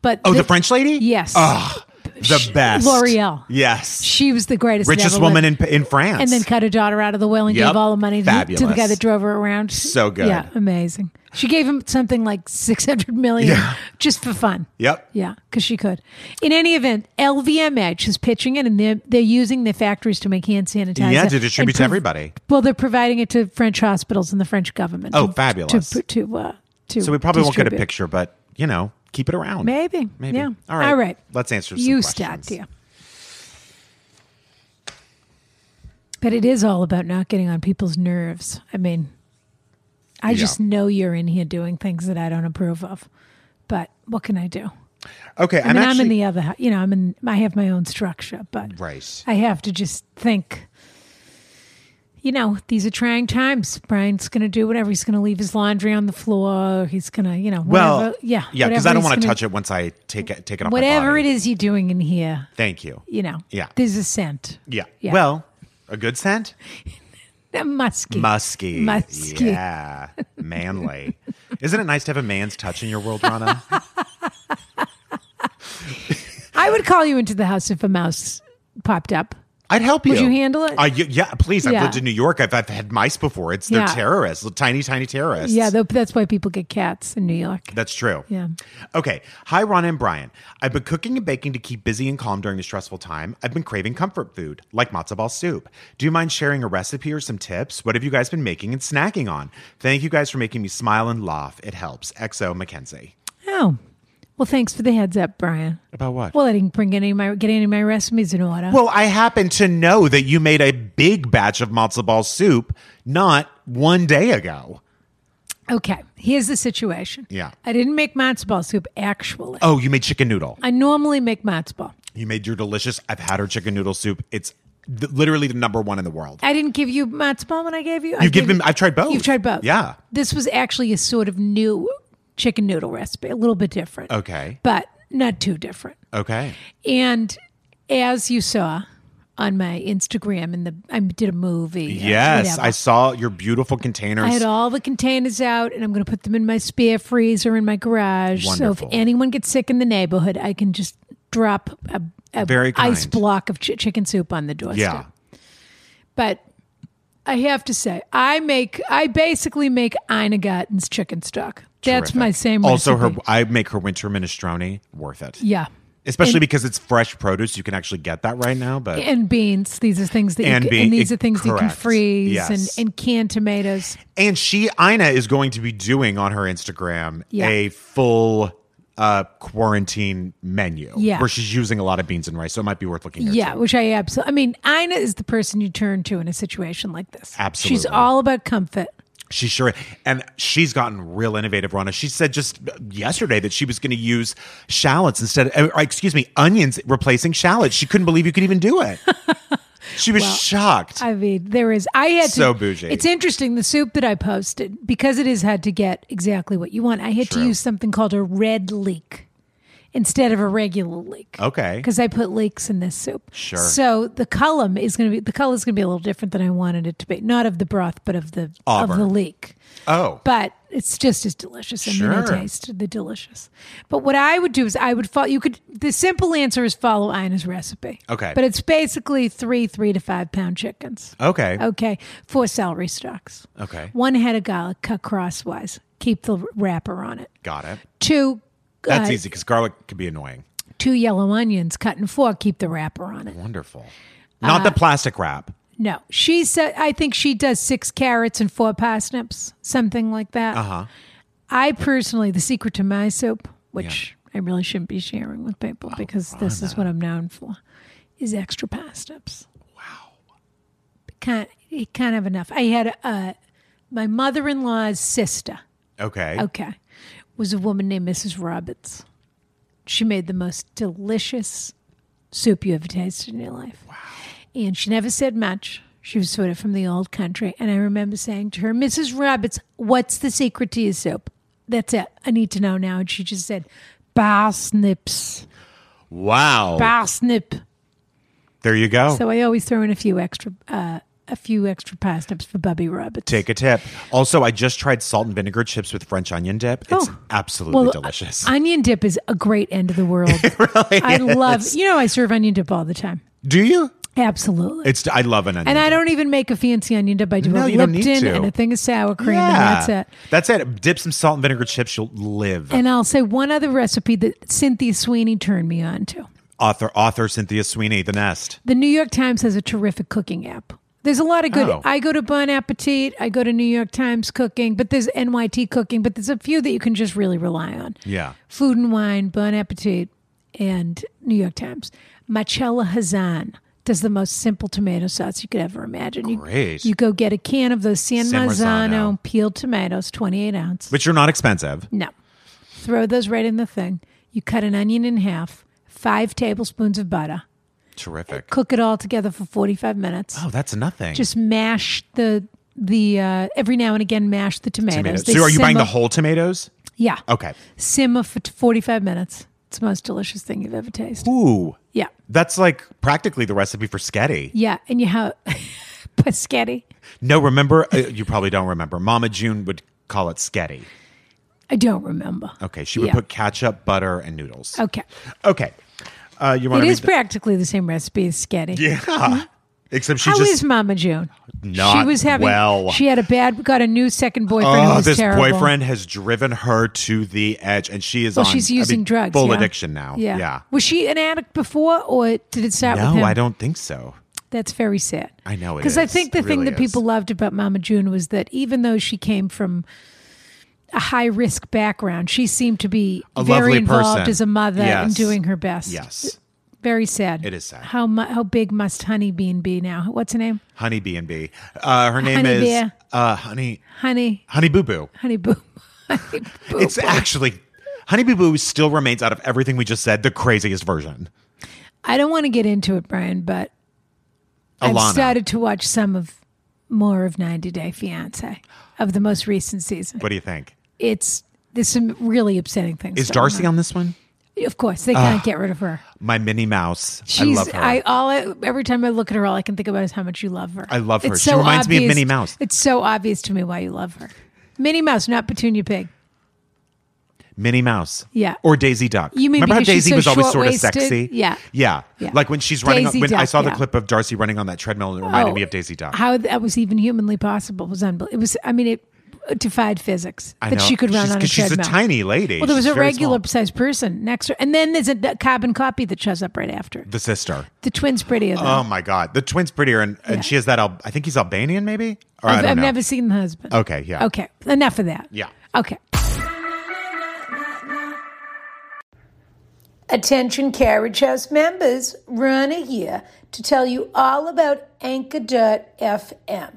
A: but
B: Oh, the, French lady? Oh,
A: Yes,
B: The best.
A: L'Oreal.
B: Yes.
A: she was the greatest, that
B: Richest
A: ever
B: woman
A: lived.
B: in, in France.
A: and then cut her daughter out of the will and
B: Yep.
A: gave all the money to, to the
B: Fabulous.
A: guy that drove her around.
B: So good.
A: Yeah, amazing. She gave him something like 600 million
B: Yeah.
A: just for fun.
B: Yep.
A: Yeah, because she could. In any event, LVMH is pitching it, and they're, they're using their factories to make hand sanitizer.
B: Yeah, to
A: and
B: distribute to
A: prov-
B: everybody.
A: Well, they're providing it to French hospitals and the French government.
B: Oh,
A: to-
B: fabulous.
A: To, to, uh, to
B: So we probably won't get a
A: distribute.
B: picture, but you know, keep it around.
A: Maybe.
B: Maybe.
A: Yeah.
B: All right.
A: All right.
B: Let's answer some
A: you
B: questions.
A: start, dear. But it is all about not getting on people's nerves. I mean, I
B: Yeah.
A: just know you're in here doing things that I don't approve of. But what can I do?
B: Okay.
A: I
B: I'm,
A: mean,
B: actually,
A: I'm in the other, hou- you know, I'm in, I have my own structure, but
B: Right.
A: I have to just think, you know, these are trying times. Brian's going to do whatever. He's going to leave his laundry on the floor. He's going to, you know,
B: Well,
A: whatever. yeah.
B: Yeah, because I don't want to
A: touch it
B: touch it once I take it take it off.
A: whatever
B: my
A: it
B: body.
A: is you're doing in here,
B: Thank you.
A: you know,
B: Yeah.
A: there's a scent.
B: Yeah.
A: Yeah.
B: Well, a good scent?
A: A musky.
B: Musky.
A: Musky.
B: Yeah. Manly. Isn't it nice to have a man's touch in your world, Rana?
A: I would call you into the house if a mouse popped up.
B: I'd help you.
A: Would you handle it?
B: Uh, y- yeah, please. I've
A: Yeah.
B: lived in New York. I've, I've had mice before. It's
A: Yeah.
B: they're terrorists, little tiny, tiny terrorists.
A: Yeah, tho- that's why people get cats in New York.
B: That's true.
A: Yeah.
B: Okay. Hi, Ron and Brian. I've been cooking and baking to keep busy and calm during the stressful time. I've been craving comfort food, like matzo ball soup. Do you mind sharing a recipe or some tips? What have you guys been making and snacking on? Thank you guys for making me smile and laugh. It helps. XO Mackenzie.
A: Oh, well, thanks for the heads up, Brian.
B: About what?
A: Well, I didn't bring any of my get any of my recipes in order.
B: Well, I happen to know that you made a big batch of matzo ball soup not one day ago.
A: okay, here's the situation.
B: Yeah.
A: I didn't make matzo ball soup actually.
B: Oh, you made chicken noodle.
A: I normally make matzo ball.
B: You made your delicious. I've had her chicken noodle soup. It's th- literally the number one in the world.
A: I didn't give you matzo ball when I gave you. I
B: You've
A: gave
B: given.
A: you-
B: I've tried both.
A: You've tried both.
B: Yeah.
A: This was actually a sort of new chicken noodle recipe, a little bit different.
B: Okay.
A: But not too different.
B: Okay.
A: And as you saw on my Instagram, and the I did a movie. and
B: Yes,
A: whatever.
B: I saw your beautiful containers.
A: I had all the containers out, and I'm going to put them in my spare freezer in my garage. So
B: Wonderful.
A: if anyone gets sick in the neighborhood, I can just drop a, a
B: Very
A: ice
B: kind.
A: block of ch- chicken soup on the doorstep.
B: yeah.
A: But I have to say, I make I basically make Einigarten's chicken stock. That's
B: Terrific.
A: my same.
B: Also,
A: recipe.
B: her I make her winter minestrone worth it.
A: yeah,
B: Especially
A: And-
B: because it's fresh produce, you can actually get that right now. But
A: and beans. These are things that you
B: And
A: can,
B: bean-
A: and these are things that you can
B: correct.
A: freeze
B: Yes.
A: and, and canned tomatoes.
B: and she Ina is going to be doing on her Instagram
A: Yeah.
B: a full uh quarantine menu
A: Yeah.
B: where she's using a lot of beans and rice, so it might be worth looking. There
A: Yeah,
B: too.
A: which I absolutely. I mean, Ina is the person you turn to in a situation like this.
B: Absolutely.
A: she's all about comfort.
B: She sure, and she's gotten real innovative, Rona. She said just yesterday that she was going to use shallots instead, of, or, excuse me, onions replacing shallots. She couldn't believe you could even do it. She was shocked.
A: I mean, there is. I had
B: So
A: to,
B: bougie.
A: It's interesting the soup that I posted because it is hard to get exactly what you want. I had
B: True.
A: to use something called a red leek instead of a regular leek.
B: okay.
A: Because I put leeks in this soup.
B: Sure.
A: So the column is going to be the color is going to be a little different than I wanted it to be. Not of the broth, but of the
B: Auburn.
A: of the leek.
B: Oh,
A: But it's just as delicious. I mean, I
B: Sure.
A: taste the delicious. But what I would do is I would follow. You could. The simple answer is follow Ina's recipe.
B: Okay.
A: But it's basically three three to five pound chickens.
B: okay.
A: Okay. Four celery stalks.
B: Okay.
A: One head of garlic cut crosswise. Keep the wrapper on it.
B: Got it.
A: Two.
B: That's
A: uh,
B: easy because garlic can be annoying.
A: Two yellow onions cut in four. Keep the wrapper on
B: Mm-hmm.
A: it.
B: Wonderful.
A: Uh,
B: Not the plastic wrap.
A: No, she said. I think she does six carrots and four parsnips, something like that. Uh
B: Uh-huh.
A: I personally, the secret to my soup, which I really shouldn't be sharing with people
B: Oh,
A: because this is what I'm known for, is extra parsnips. Wow. Can't you can't have enough. I had uh, my mother-in-law's sister.
B: Okay.
A: Okay, was a woman named Mrs. Roberts. She made the most delicious soup you ever tasted in your life. Wow. And she never said much. She was sort of from the old country. And I remember saying to her, Mrs. Roberts, what's the secret to your soup? That's it. I need to know now. And she just said, parsnips,
B: Wow.
A: parsnip.
B: there you go.
A: So I always throw in a few extra, uh, a few extra parsnips for Bubby Roberts.
B: Take a tip. Also, I just tried salt and vinegar chips with French onion dip. It's
A: Oh.
B: absolutely
A: Well,
B: delicious.
A: Onion dip is a great end of the world. I love. You know, I serve onion dip all the time.
B: Do you?
A: Absolutely.
B: It's I love an onion.
A: and I don't even make a fancy onion dip. I do
B: No,
A: a
B: you don't need
A: Lipton
B: to.
A: and a thing of sour cream, and that's it.
B: That's it. Dip some salt and vinegar chips. You'll live.
A: And I'll say one other recipe that Cynthia Sweeney turned me on to.
B: author author Cynthia Sweeney, The Nest.
A: The New York Times has a terrific cooking app. There's a lot of good.
B: Oh.
A: I go to Bon Appetit. I go to New York Times Cooking, but there's NYT Cooking, but there's a few that you can just really rely on.
B: Yeah.
A: Food and Wine, Bon Appetit, and New York Times. Marcella Hazan does the most simple tomato sauce you could ever imagine. You-
B: Great.
A: You, go get a can of those San,
B: San
A: Marzano,
B: Marzano.
A: peeled tomatoes, 28 ounce.
B: Which are not expensive.
A: No. Throw those right in the thing. You cut an onion in half, five tablespoons of butter.
B: Terrific.
A: Cook it all together for 45 minutes.
B: Oh, that's nothing.
A: Just mash the the uh, every now and again mash the tomatoes.
B: tomatoes.
A: They
B: So are you buying
A: simmer-
B: the whole tomatoes?
A: Yeah.
B: Okay.
A: Simmer for 45 minutes. It's the most delicious thing you've ever tasted.
B: Ooh.
A: Yeah.
B: That's like practically the recipe for sketty.
A: Yeah, and you have paschetti.
B: No, remember? uh, you probably don't remember. Mama June would call it sketty.
A: I don't remember.
B: Okay, she would
A: Yeah.
B: put ketchup, butter, and noodles.
A: Okay.
B: Okay. Uh, you want
A: It
B: to
A: is
B: read?
A: practically the same recipe as sketty.
B: the- yeah. Except she
A: How
B: just
A: is Mama June?
B: Not
A: she was having.
B: well.
A: She had a bad. Got a new second boyfriend. who
B: oh,
A: was
B: this
A: terrible.
B: boyfriend has driven her to the edge, and she is
A: Well,
B: on.
A: she's
B: I mean,
A: using drugs.
B: Full
A: yeah.
B: addiction now.
A: Yeah.
B: yeah.
A: Was she an addict before, or did it start with
B: No,
A: him?
B: I don't think so.
A: That's very sad.
B: I know it
A: Because I
B: is.
A: think the
B: It
A: thing
B: really
A: that people
B: is.
A: loved about Mama June was that even though she came from a high risk background, she seemed to be
B: A
A: very
B: lovely
A: involved
B: person.
A: as a mother
B: Yes.
A: and doing her best.
B: Yes,
A: Very sad.
B: It is sad.
A: How mu- how big must Honeybean be now? What's her name?
B: Honey B and B. Uh, her name
A: Honey
B: is
A: Bear.
B: uh, Honey
A: Honey,
B: Honey Boo Boo.
A: Honey Boo. Honey Boo.
B: It's actually Honey Boo Boo still remains out of everything we just said the craziest version.
A: I don't want to get into it, Brian, but
B: Alana.
A: I've started to watch some of more of 90 Day Fiance of the most recent season.
B: What do you think?
A: It's there's some really upsetting things.
B: Is
A: going
B: Darcy on this one?
A: Of course, they can't get rid of her.
B: My Minnie Mouse.
A: She's,
B: Ah, I love her.
A: I all I, every time I look at her, all I can think about is how much you love her.
B: I love her. She reminds me of Minnie Mouse.
A: It's so obvious to me why you love her. Minnie Mouse, not Petunia Pig.
B: Minnie Mouse.
A: Yeah.
B: Or Daisy Duck.
A: You mean
B: remember how
A: because she's
B: Daisy
A: so
B: was always sort of
A: short-waisted?
B: sexy?
A: Yeah.
B: Yeah.
A: Yeah.
B: Like when she's running
A: Daisy
B: when I
A: Duck,
B: saw the
A: yeah.
B: clip of Darcy running on that treadmill it reminded
A: Oh,
B: me of Daisy Duck.
A: How that was even humanly possible was unbelievable. It was. I mean, it uh, defied physics
B: I
A: that
B: know.
A: she could run
B: she's,
A: on a
B: 'cause
A: treadmill.
B: She's a tiny lady.
A: Well, there was
B: She's
A: a
B: very
A: regular
B: small.
A: sized person next to her. And then there's a d- carbon copy that shows up right after.
B: the sister.
A: The twins prettier though.
B: Oh my god. The twins prettier and, and
A: Yeah.
B: she has that Al- I think he's Albanian maybe? Or I
A: I've,
B: don't
A: I've
B: know.
A: never seen the husband.
B: Okay, yeah.
A: Okay. Enough of that.
B: Yeah.
A: Okay. Attention Carriage House members, Rana here to tell you all about Anchor.fm.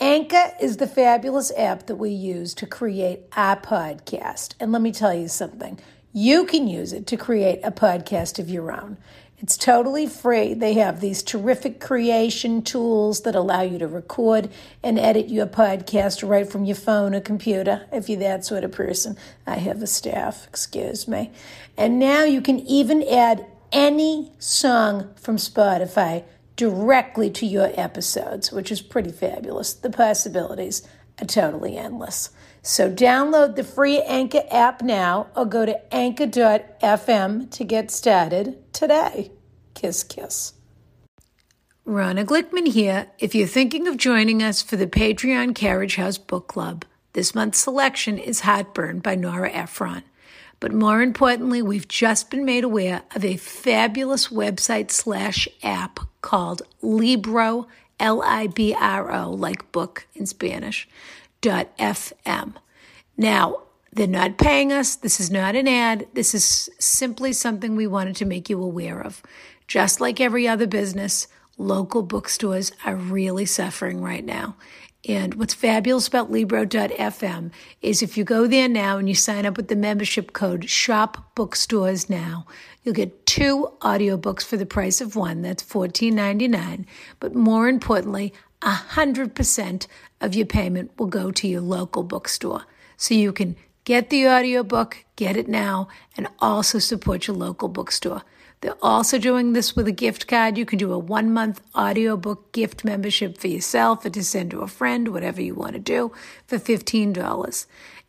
A: Anka is the fabulous app that we use to create our podcast. And let me tell you something you can use it to create a podcast of your own. It's totally free. They have these terrific creation tools that allow you to record and edit your podcast right from your phone or computer, if you're that sort of person. I have a staff, excuse me. And now you can even add any song from Spotify directly to your episodes, which is pretty fabulous. The possibilities are totally endless. So download the free Anchor app now or go to anchor.fm to get started today. Kiss, kiss. Ronna Glickman here. If you're thinking of joining us for the Patreon Carriage House Book Club, this month's selection is Heartburn by Nora Ephron. But more importantly, we've just been made aware of a fabulous website slash app called Libro, L I B R O, like book in Spanish, dot FM. Now, they're not paying us. This is not an ad. This is simply something we wanted to make you aware of. Just like every other business, local bookstores are really suffering right now. And what's fabulous about Libro.fm is if you go there now and you sign up with the membership code Shop Bookstores Now, you'll get two audiobooks for the price of one. That's $14.99. But more importantly, 100% of your payment will go to your local bookstore. So you can get the audiobook, get it now, and also support your local bookstore. They're also doing this with a gift card. You can do a one month audiobook gift membership for yourself or to send to a friend, whatever you want to do, for $15.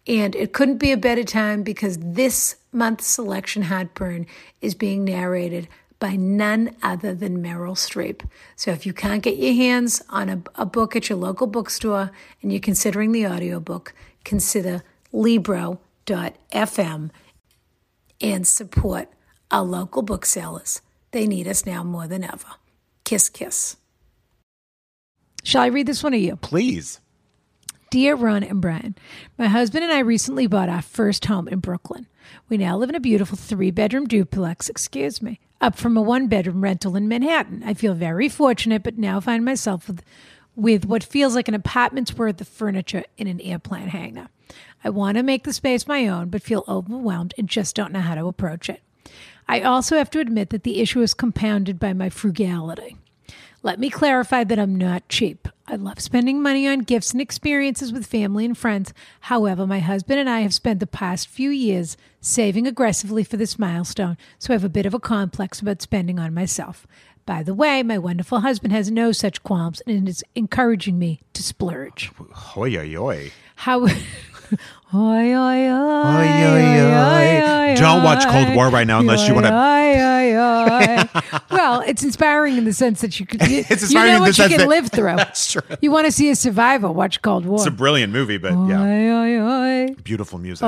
A: And it couldn't be a better time because this month's selection, Heartburn, is being narrated by none other than Meryl Streep. So if you can't get your hands on a, a book at your local bookstore and you're considering the audiobook, consider Libro.fm and support our local booksellers. They need us now more than ever. Kiss, kiss. Shall I read this one to you?
B: Please.
A: Dear Ron and Brian, my husband and I recently bought our first home in Brooklyn. We now live in a beautiful three bedroom duplex, excuse me, up from a one bedroom rental in Manhattan. I feel very fortunate, but now find myself with, with what feels like an apartment's worth of furniture in an airplane hangar. I want to make the space my own, but feel overwhelmed and just don't know how to approach it. I also have to admit that the issue is compounded by my frugality. Let me clarify that I'm not cheap. I love spending money on gifts and experiences with family and friends. However, my husband and I have spent the past few years saving aggressively for this milestone, so I have a bit of a complex about spending on myself. By the way, my wonderful husband has no such qualms and is encouraging me to splurge.
B: Hoi, oi, oi.
A: How? oi, oi, oi,
B: Oi, oi, oi. Don't watch Cold War right now unless you want to.
A: well, it's inspiring in the sense that you could. You,
B: It's
A: you
B: inspiring
A: know
B: in the
A: what you
B: sense
A: can
B: that-
A: live through.
B: That's true.
A: You want to see a survivor? Watch Cold War.
B: It's a brilliant movie, but yeah,
A: Oi, oi, oi.
B: beautiful music.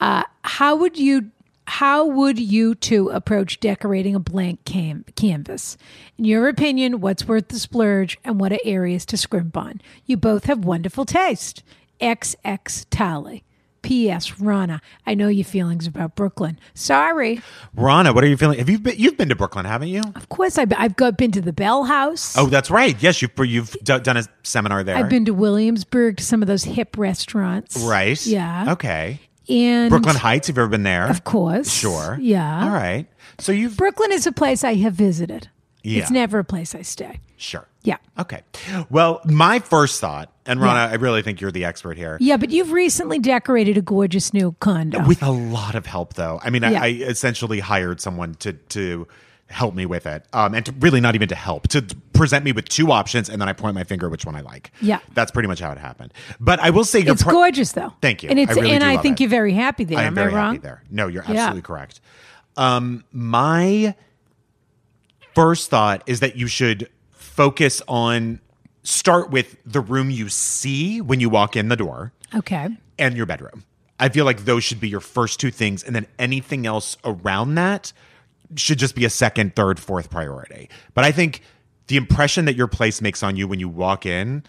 A: Oh. How would you? How would you two approach decorating a blank cam- canvas? In your opinion, what's worth the splurge and what are areas to scrimp on? You both have wonderful taste. XX Tally. P.S. Rana, I know your feelings about Brooklyn. Sorry.
B: Rana, what are you feeling? Have you been? You've been to Brooklyn, haven't you?
A: Of course, I've, I've got, been to the Bell House.
B: Oh, that's right. Yes, you've you've d- done a seminar there.
A: I've been to Williamsburg to some of those hip restaurants.
B: right.
A: Yeah.
B: Okay.
A: And
B: Brooklyn Heights. Have you ever been there?
A: of course.
B: Sure.
A: Yeah.
B: All right. So you've
A: Brooklyn is a place I have visited.
B: Yeah.
A: It's never a place I stay.
B: sure.
A: Yeah.
B: Okay. Well, my first thought, and Rana, I really think you're the expert here.
A: Yeah, but you've recently decorated a gorgeous new condo.
B: With a lot of help, though. I mean,
A: Yeah.
B: I, I essentially hired someone to to help me with it, um, and to really not even to help to present me with two options, and then I point my finger which one I like.
A: Yeah.
B: that's pretty much how it happened. But I will say, your
A: it's
B: pro-
A: gorgeous, though.
B: Thank you.
A: And it's
B: I really
A: and
B: do
A: I
B: love
A: think
B: it.
A: you're very happy there.
B: I am
A: am
B: very
A: I wrong?
B: happy there. No, you're absolutely correct. Um, my first thought is that you should focus on start with the room you see when you walk in the door
A: Okay.
B: and your bedroom. I feel like those should be your first two things, and then anything else around that should just be a second, third, fourth priority. But I think the impression that your place makes on you when you walk in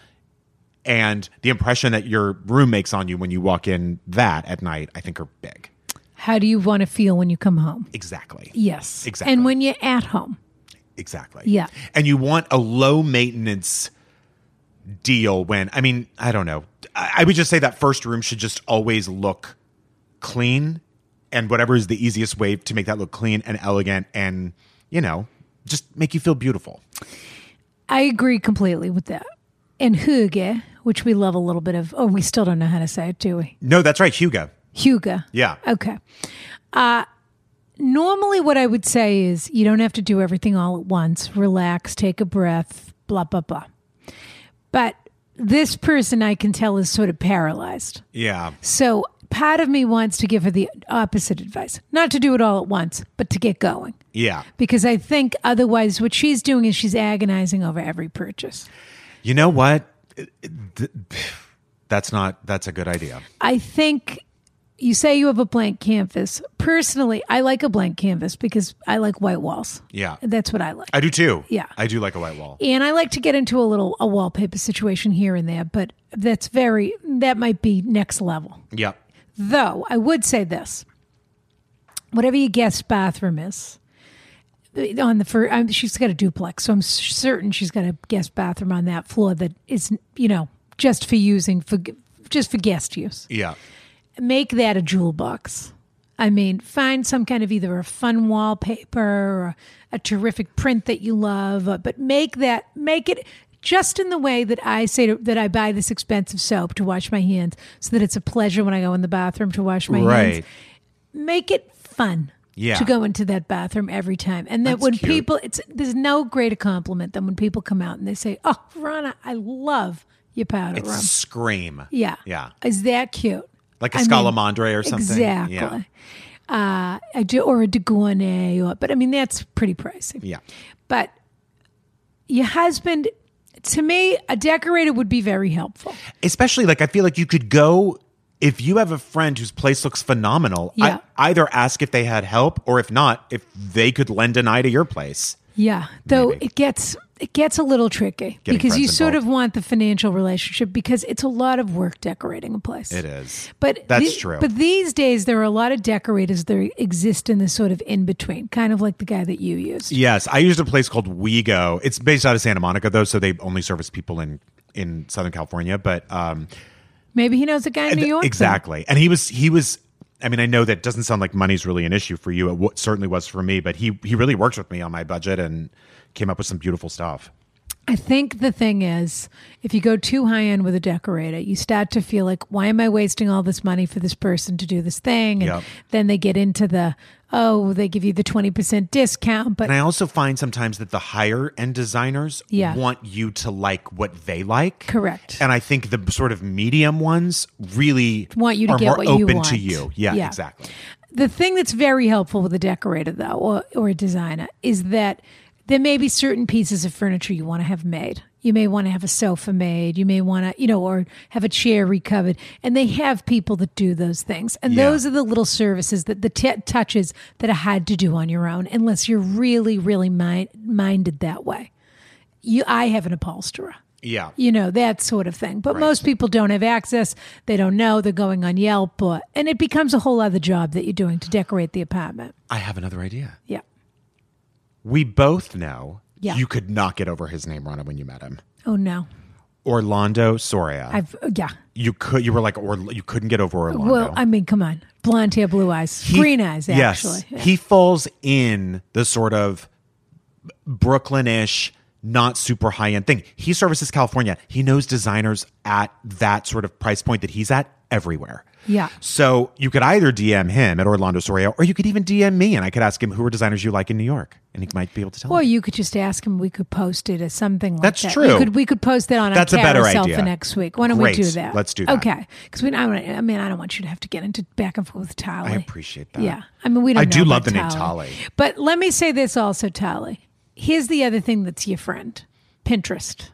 B: and the impression that your room makes on you when you walk in that at night, I think are big.
A: How do you want to feel when you come home?
B: Exactly.
A: Yes.
B: Exactly.
A: And when you're at home.
B: Exactly.
A: Yeah.
B: And you want a low maintenance deal when I mean, I don't know. I, I would just say that first room should just always look clean and whatever is the easiest way to make that look clean and elegant and, you know, just make you feel beautiful.
A: I agree completely with that. And hygge, which we love a little bit of. Oh, we still don't know how to say it, do we?
B: No, that's right, Hugo.
A: Hygge.
B: Yeah.
A: Okay. Uh, normally, what I would say is you don't have to do everything all at once. Relax, take a breath, blah, blah, blah. But this person I can tell is sort of paralyzed.
B: Yeah.
A: So part of me wants to give her the opposite advice not to do it all at once, but to get going.
B: Yeah.
A: Because I think otherwise, what she's doing is she's agonizing over every purchase.
B: You know what? It- it- th- That's not that's a good idea.
A: I think you say you have a blank canvas. Personally, I like a blank canvas because I like white walls.
B: Yeah.
A: That's what I like.
B: I do too.
A: Uh, Yeah.
B: I do like a white wall.
A: and I like to get into a little a wallpaper situation here and there, but that's very that might be next level.
B: Yeah.
A: Though I would say this: whatever your guest bathroom is, on the first, I'm, she's got a duplex, so I'm certain she's got a guest bathroom on that floor that is, you know, just for using for just for guest use.
B: Yeah.
A: Make that a jewel box. I mean, find some kind of either a fun wallpaper or a terrific print that you love, uh, but make that make it just in the way that I say to, that I buy this expensive soap to wash my hands, so that it's a pleasure when I go in the bathroom to wash my hands
B: Right.
A: make it fun
B: Yeah.
A: to go into that bathroom every time. And that
B: That's
A: when
B: cute.
A: people it's there's no greater compliment than when people come out and they say, "Oh, Verona, I love your powder room."
B: Scream.
A: Yeah.
B: Yeah.
A: Is that cute?
B: Like a
A: I mean,
B: scalamandre or something.
A: Exactly.
B: Yeah.
A: Uh, I do, or a de Gournay, or but I mean that's pretty pricey.
B: Yeah.
A: But your husband, to me, a decorator would be very helpful.
B: Especially like I feel like you could go if you have a friend whose place looks phenomenal,
A: Yeah.
B: I either ask if they had help or if not, if they could lend an eye to your place.
A: Yeah, though
B: Maybe.
A: it gets it gets a little tricky
B: Getting
A: because you
B: friends
A: sort
B: involved.
A: of want the financial relationship because it's a lot of work decorating a place.
B: It is.
A: But
B: That's
A: the-
B: true.
A: But these days there are a lot of decorators that exist in this sort of in between, kind of like the guy that you used.
B: Yes, I used a place called WeGo. It's based out of Santa Monica though, so they only service people in in Southern California, but um
A: Maybe he knows a guy in New
B: Th-
A: York. then.
B: Exactly. And he was he was I mean, I know that doesn't sound like money's really an issue for you. It w- certainly was for me, but he he really worked with me on my budget and came up with some beautiful stuff.
A: I think the thing is, if you go too high end with a decorator, you start to feel like, why am I wasting all this money for this person to do this thing? And
B: Yep.
A: then they get into the, oh, they give you the 20% discount, but
B: And I also find sometimes that the higher end designers
A: Yeah.
B: want you to like what they like.
A: Correct.
B: And I think the sort of medium ones really
A: Want you to
B: are
A: get
B: more
A: what you
B: open
A: want.
B: to you. Yeah,
A: Yeah.
B: exactly.
A: The thing that's very helpful with a decorator, though, or, or a designer, is that there may be certain pieces of furniture you want to have made. You may want to have a sofa made. You may want to, you know, or have a chair recovered. And they have people that do those things. And
B: Yeah.
A: those are the little services that the t- touches that are hard to do on your own, unless you're really, really mind- minded that way. You, I have an upholsterer
B: Yeah.
A: you know that sort of thing but most people don't have access they don't know they're going on yelp or, and it becomes a whole other job that you're doing to decorate the apartment
B: I have another idea.
A: yeah
B: We both know
A: Yeah.
B: you could not get over his name, Rana, when you met him.
A: oh no
B: Orlando Soria.
A: i've uh, yeah
B: you could you were like or you couldn't get over Orlando.
A: well i mean come on blonde hair blue eyes
B: Oh, He-
A: green eyes actually
B: Yes, he falls in the sort of Brooklynish, not super high end thing. He services California. He knows designers at that sort of price point that he's at everywhere.
A: Yeah.
B: So you could either DM him at Orlando Soria, or you could even DM me, and I could ask him who are designers you like in New York, and he might be able to tell.
A: or
B: me.
A: you could just ask him. We could post it as something like
B: That's
A: that. We
B: true.
A: could, we could post that on
B: That's a
A: our
B: better
A: carousel
B: idea.
A: for next week. Why don't
B: Great.
A: we do that?
B: Let's do that.
A: Okay, because we. I, don't- I mean, I don't want you to have to get into back and forth with Tali.
B: I appreciate that.
A: Yeah. I mean, we don't
B: I
A: know
B: do love
A: about
B: the name Tali.
A: But let me say this also, Tali. Here's the other thing that's your friend Pinterest.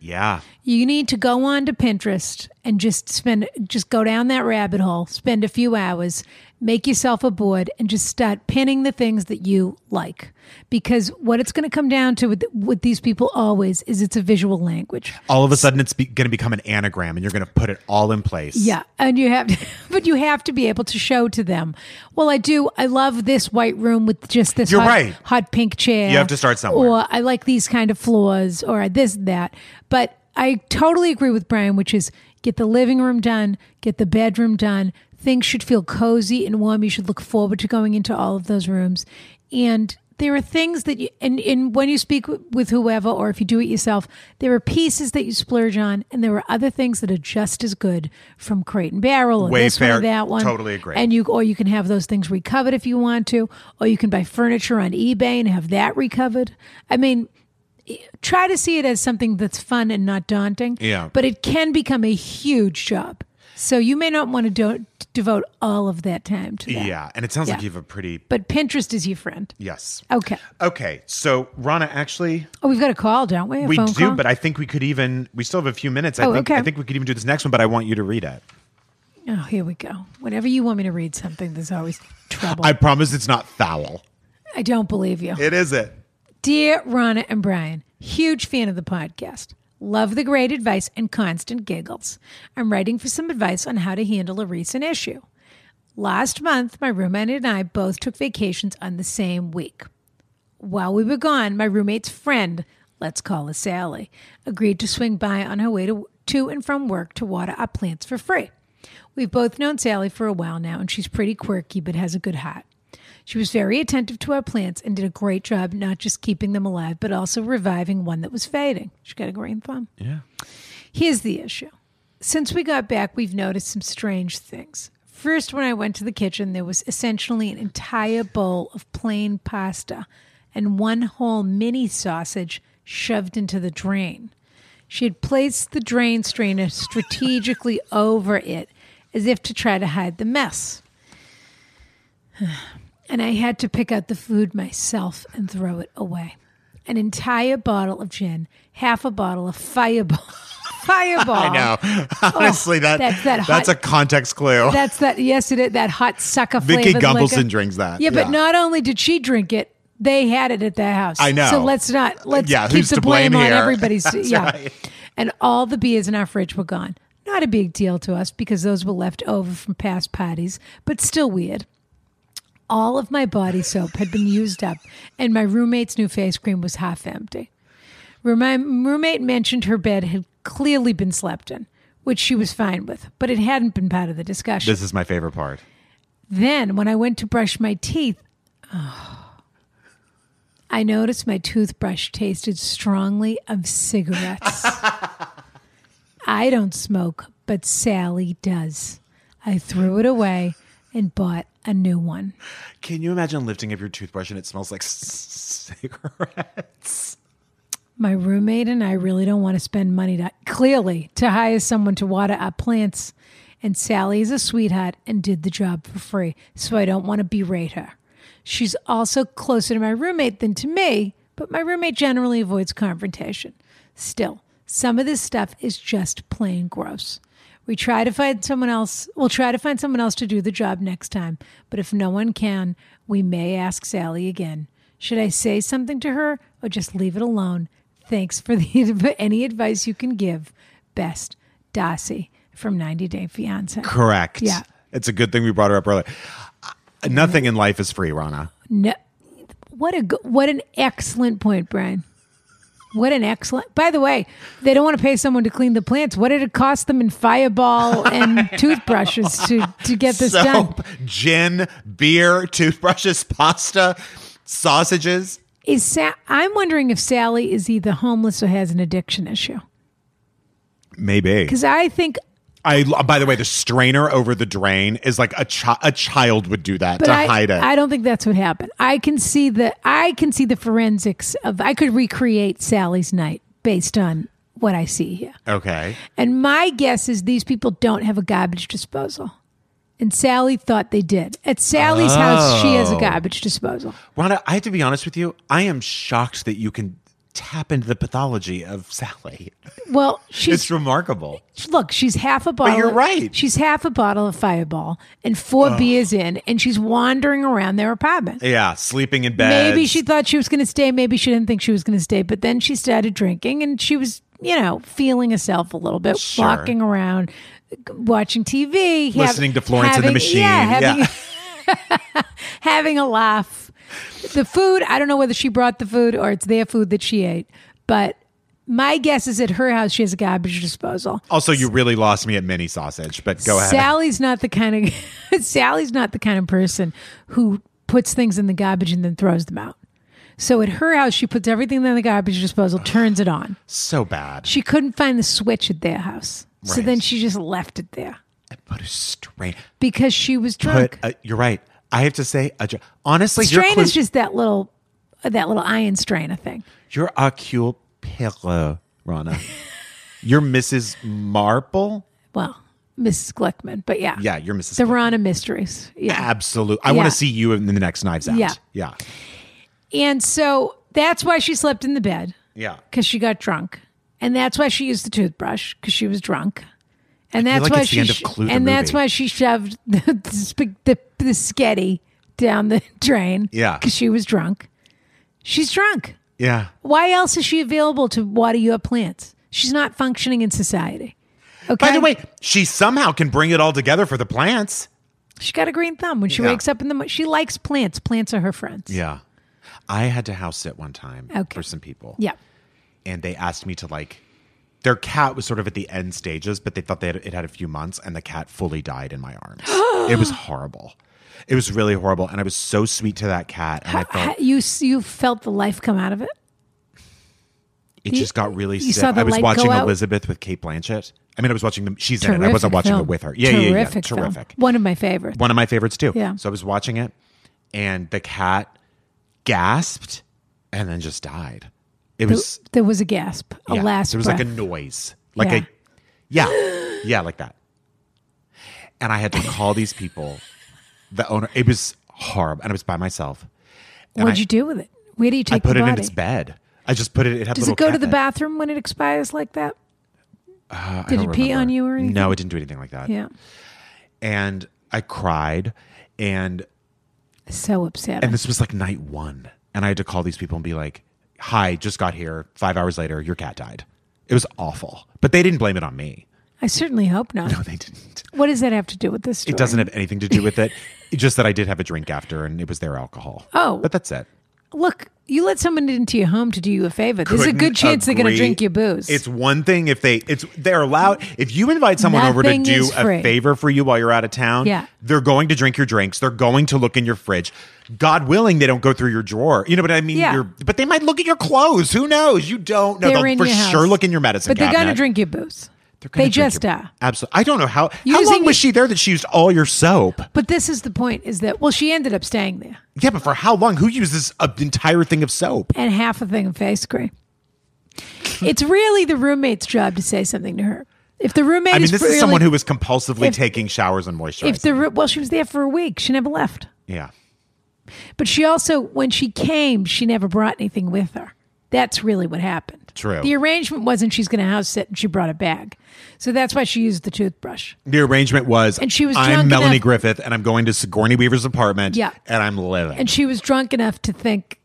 B: Yeah.
A: You need to go on to Pinterest and just spend, just go down that rabbit hole, spend a few hours, make yourself a board, and just start pinning the things that you like. Because what it's going to come down to with, with these people always is it's a visual language.
B: All of a sudden, it's be- going to become an anagram, and you're going to put it all in place.
A: Yeah, and you have, to, but you have to be able to show to them. Well, I do. I love this white room with just this.
B: You're
A: hot,
B: right.
A: Hot pink chair.
B: You have to start somewhere.
A: Or I like these kind of floors, or this that. But I totally agree with Brian, which is get the living room done, get the bedroom done. Things should feel cozy and warm. You should look forward to going into all of those rooms. And there are things that you, and, and when you speak w- with whoever or if you do it yourself, there are pieces that you splurge on, and there are other things that are just as good from Crate and Barrel or this one or
B: Wayfair,
A: that one.
B: totally agree.
A: And you, or you can have those things recovered if you want to, or you can buy furniture on eBay and have that recovered. I mean, try to see it as something that's fun and not daunting.
B: Yeah.
A: But it can become a huge job. So you may not want to do- devote all of that time to that.
B: Yeah. And it sounds like
A: Yeah.
B: you have a pretty.
A: But Pinterest is your friend.
B: Yes.
A: Okay.
B: Okay. So, Rana, actually,
A: Oh, we've got a call, don't we? A
B: we
A: phone
B: do,
A: call?
B: but I think we could even. We still have a few minutes. I
A: Oh,
B: think
A: okay.
B: I think we could even do this next one, but I want you to read it.
A: oh, here we go. Whenever you want me to read something, there's always trouble.
B: I
A: I,
B: promise it's not foul.
A: don't believe you.
B: It is it.
A: Dear Rana and Brian, huge fan of the podcast. Love the great advice and constant giggles. I'm writing for some advice on how to handle a recent issue. Last month, my roommate and I both took vacations on the same week. While we were gone, my roommate's friend, let's call her Sally, agreed to swing by on her way to, to and from work to water our plants for free. We've both known Sally for a while now, and she's pretty quirky but has a good heart. She was very attentive to our plants and did a great job not just keeping them alive, but also reviving one that was fading. She got a green thumb.
B: Yeah.
A: Here's the issue. Since we got back, we've noticed some strange things. First, when I went to the kitchen, there was essentially an entire bowl of plain pasta and one whole mini sausage shoved into the drain. She had placed the drain strainer strategically over it as if to try to hide the mess. And I had to pick out the food myself and throw it away. An entire bottle of gin, half a bottle of fireball. Fireball.
B: I know. Honestly, that,
A: Oh, that's that
B: that's
A: hot-
B: a context clue.
A: That's that. Yes, it is that hot sucker
B: Vicky
A: flavored liquor.
B: Gumbelson drinks that.
A: Yeah, but not only did she drink it, they had it at their house.
B: I know.
A: So let's not let's
B: Yeah,
A: keep
B: who's
A: the
B: to
A: blame,
B: blame
A: on
B: here?
A: everybody's.
B: That's
A: yeah,
B: right.
A: and all the beers in our fridge were gone. Not a big deal to us because those were left over from past parties, but still weird. All of my body soap had been used up, and my roommate's new face cream was half empty. Where my roommate mentioned her bed had clearly been slept in, which she was fine with, but it hadn't been part of the discussion.
B: This is my favorite part.
A: Then, when I went to brush my teeth, oh, I noticed my toothbrush tasted strongly of cigarettes. I don't smoke, but Sally does. I threw it away and bought a new one.
B: Can you imagine lifting up your toothbrush and it smells like cigarette?
A: My roommate and I really don't want to spend money to clearly to hire someone to water our plants. And Sally is a sweetheart and did the job for free, so I don't want to berate her. She's also closer to my roommate than to me, but my roommate generally avoids confrontation. Still, some of this stuff is just plain gross. We try to find someone else. We'll try to find someone else to do the job next time. But if no one can, we may ask Sally again. Should I say something to her or just leave it alone? Thanks for the any advice you can give. Best, Darcy from 90 Day Fiance.
B: Correct.
A: Yeah.
B: It's a good thing we brought her up earlier. Uh, Nothing in life is free, Rana.
A: No, what a go- what an excellent point, Brian. What an excellent. By the way, they don't want to pay someone to clean the plants. What did it cost them in Fireball and toothbrushes to to get this done?
B: Soap, gin, beer, toothbrushes, pasta, sausages.
A: Is Sa- I'm wondering if Sally is either homeless or has an addiction issue.
B: Maybe.
A: Because I think,
B: I by the way, the strainer over the drain is like a chi- a child would do that
A: but
B: to
A: I,
B: hide it.
A: I don't think that's what happened. I can see the I can see the forensics of. I could recreate Sally's night based on what I see here.
B: okay.
A: And my guess is these people don't have a garbage disposal. And Sally thought they did. At Sally's house, she
B: Oh.
A: has a garbage disposal.
B: Rana, I have to be honest with you. I am shocked that you can tap into the pathology of Sally.
A: Well, she's
B: It's remarkable.
A: look, she's half a bottle.
B: you're right.
A: She's half a bottle of Fireball and four beers in, and she's wandering around their apartment.
B: Yeah, sleeping in bed.
A: Maybe she thought she was going to stay. Maybe she didn't think she was going to stay. But then she started drinking, and she was, you know, feeling herself a little bit,
B: Sure.
A: walking around, watching TV, hav-
B: Listening to Florence and the Machine.
A: Yeah, having,
B: Yeah.
A: having a laugh. The food, I don't know whether she brought the food or it's their food that she ate, but my guess is at her house she has a garbage disposal.
B: Also, you really lost me at mini sausage, but go ahead.
A: Sally's not the kind of Sally's not the kind of person who puts things in the garbage and then throws them out. So at her house, she puts everything in the garbage disposal, turns it on.
B: so bad.
A: She couldn't find the switch at their house, so
B: Right.
A: then she just left it there
B: Put a strain.
A: because she was drunk.
B: Put. A, you're right. I have to say, a, dr- honestly,
A: strain
B: your, clu-
A: is just that little that little iron strainer thing.
B: you're a cute pillow, Rana. you're Mrs. Marple.
A: Well, Mrs. Glickman, but yeah,
B: Yeah, you're Mrs.
A: the
B: Marple.
A: Rana Mysteries. Yeah,
B: Absolute. I
A: Yeah.
B: want to see you in the next Knives Out.
A: Yeah.
B: Yeah.
A: and so that's why she slept in the bed.
B: Yeah.
A: because she got drunk, and that's why she used the toothbrush because she was drunk, and
B: feel
A: that's
B: like
A: why
B: it's the
A: she
B: end of
A: sh-
B: Clue, the
A: and that's
B: movie.
A: why she shoved the the, sp- the, the sketty down the drain.
B: Yeah.
A: because she was drunk. She's drunk.
B: Yeah.
A: Why else is she available to water your plants? She's not functioning in society. Okay.
B: By the way, she somehow can bring it all together for the plants.
A: she got a green thumb when she
B: Yeah.
A: wakes up in the morning. She likes plants. Plants are her friends.
B: Yeah. I had to house sit one time
A: Okay.
B: for some people.
A: Yeah.
B: And they asked me to like their cat was sort of at the end stages, but they thought they had, it had a few months and the cat fully died in my arms. it was horrible. It was really horrible and I was so sweet to that cat and I
A: Ha-
B: felt
A: You you felt the life come out of it.
B: it just got really
A: you
B: sick.
A: saw the
B: I was
A: light go
B: watching
A: out?
B: Elizabeth with Kate Blanchett. I mean, I was watching them. She's in it. I
A: Terrific
B: wasn't watching
A: film.
B: it with her. Yeah, yeah, yeah.
A: terrific film.
B: Terrific.
A: One of my favorites.
B: one of my favorites too.
A: Yeah.
B: So I was watching it, and the cat gasped and then just died. It was
A: there was a gasp, a
B: yeah,
A: last.
B: There was like a
A: breath.
B: noise, like a yeah, yeah, like that. And I had to call these people, the owner. It was horrible, and I was by myself. And
A: What'd
B: I-
A: you do with it? Where do you take
B: I put
A: the
B: it
A: body?
B: in its bed. I just put it. It had
A: Does
B: little
A: it go to
B: cat
A: the
B: bed.
A: bathroom when it expires like that?
B: Uh, I
A: Did
B: don't
A: it pee on
B: remember.
A: you or anything?
B: No, it didn't do anything like that.
A: Yeah.
B: And I cried, and
A: So upset.
B: And this was like night one. And I had to call these people and be like, hi, just got here. Five hours later, your cat died. It was awful. But they didn't blame it on me.
A: I certainly hope not.
B: No, they didn't.
A: What does that have to do with this story?
B: It doesn't have anything to do with it. just that I did have a drink after and it was their alcohol.
A: Oh.
B: But that's it.
A: Look, you let someone into your home to do you a favor. There's a good
B: Couldn't
A: chance they're going to
B: agree.
A: drink your booze.
B: It's one thing if they it's they're allowed if you invite someone over to
A: Nothing
B: do
A: is free.
B: a favor for you while you're out of town,
A: Yeah.
B: they're going to drink your drinks, they're going to look in your fridge. God willing, they don't go through your drawer. You know what I mean?
A: Yeah.
B: Your- but they might look at your clothes. Who knows? You don't know.
A: They're
B: They'll
A: in
B: for
A: your house.
B: sure look in your medicine.
A: but they're going to
B: cabinet.
A: drink your booze.
B: They're gonna
A: They
B: drink
A: just
B: your-
A: are.
B: Absolutely. I don't know how. how
A: Using-
B: long was she there that she used all your soap?
A: But this is the point: is that well, she ended up staying there
B: Yeah, but for how long? Who uses an entire thing of soap?
A: and half a thing of face cream. it's really the roommate's job to say something to her. If the roommate
B: I mean,
A: is
B: this
A: really,
B: is someone who was compulsively
A: If-
B: taking showers and moisturizers.
A: if the roo- well, she was there for a week. She never left.
B: yeah.
A: But she also, when she came, she never brought anything with her. That's really what happened.
B: True.
A: The arrangement wasn't she's going to house sit and she brought a bag. So that's why she used the toothbrush.
B: The arrangement was,
A: And she was
B: I'm
A: drunk
B: Melanie
A: enough-
B: Griffith, and I'm going to Sigourney Weaver's apartment.
A: Yeah.
B: and I'm living.
A: And she was drunk enough to think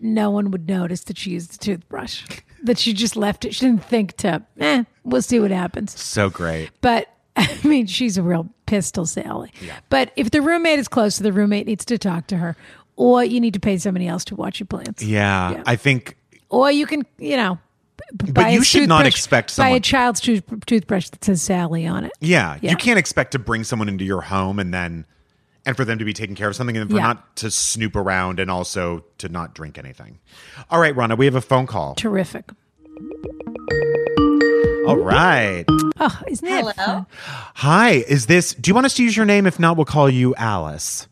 A: no one would notice that she used the toothbrush, that she just left it. She didn't think to, eh, we'll see what happens.
B: so great.
A: But I mean, she's a real pistol Sally. But if the roommate is close, so the roommate needs to talk to her, or you need to pay somebody else to watch your plants.
B: Yeah,
A: Yeah.
B: I think
A: or you can, you know, b- buy
B: you
A: a
B: should not
A: toothbrush-
B: expect
A: buy a
B: someone-
A: child's tooth- toothbrush that says Sally on it.
B: yeah,
A: Yeah.
B: you can't expect to bring someone into your home and then and for them to be taking care of something and for
A: Yeah.
B: not to snoop around and also to not drink anything. All right, Rana, we have a phone call.
A: Terrific.
B: All right.
A: Oh, isn't that
C: Hello.
A: fun?
B: Hi, is this do you want us to use your name? If not, we'll call you Alice.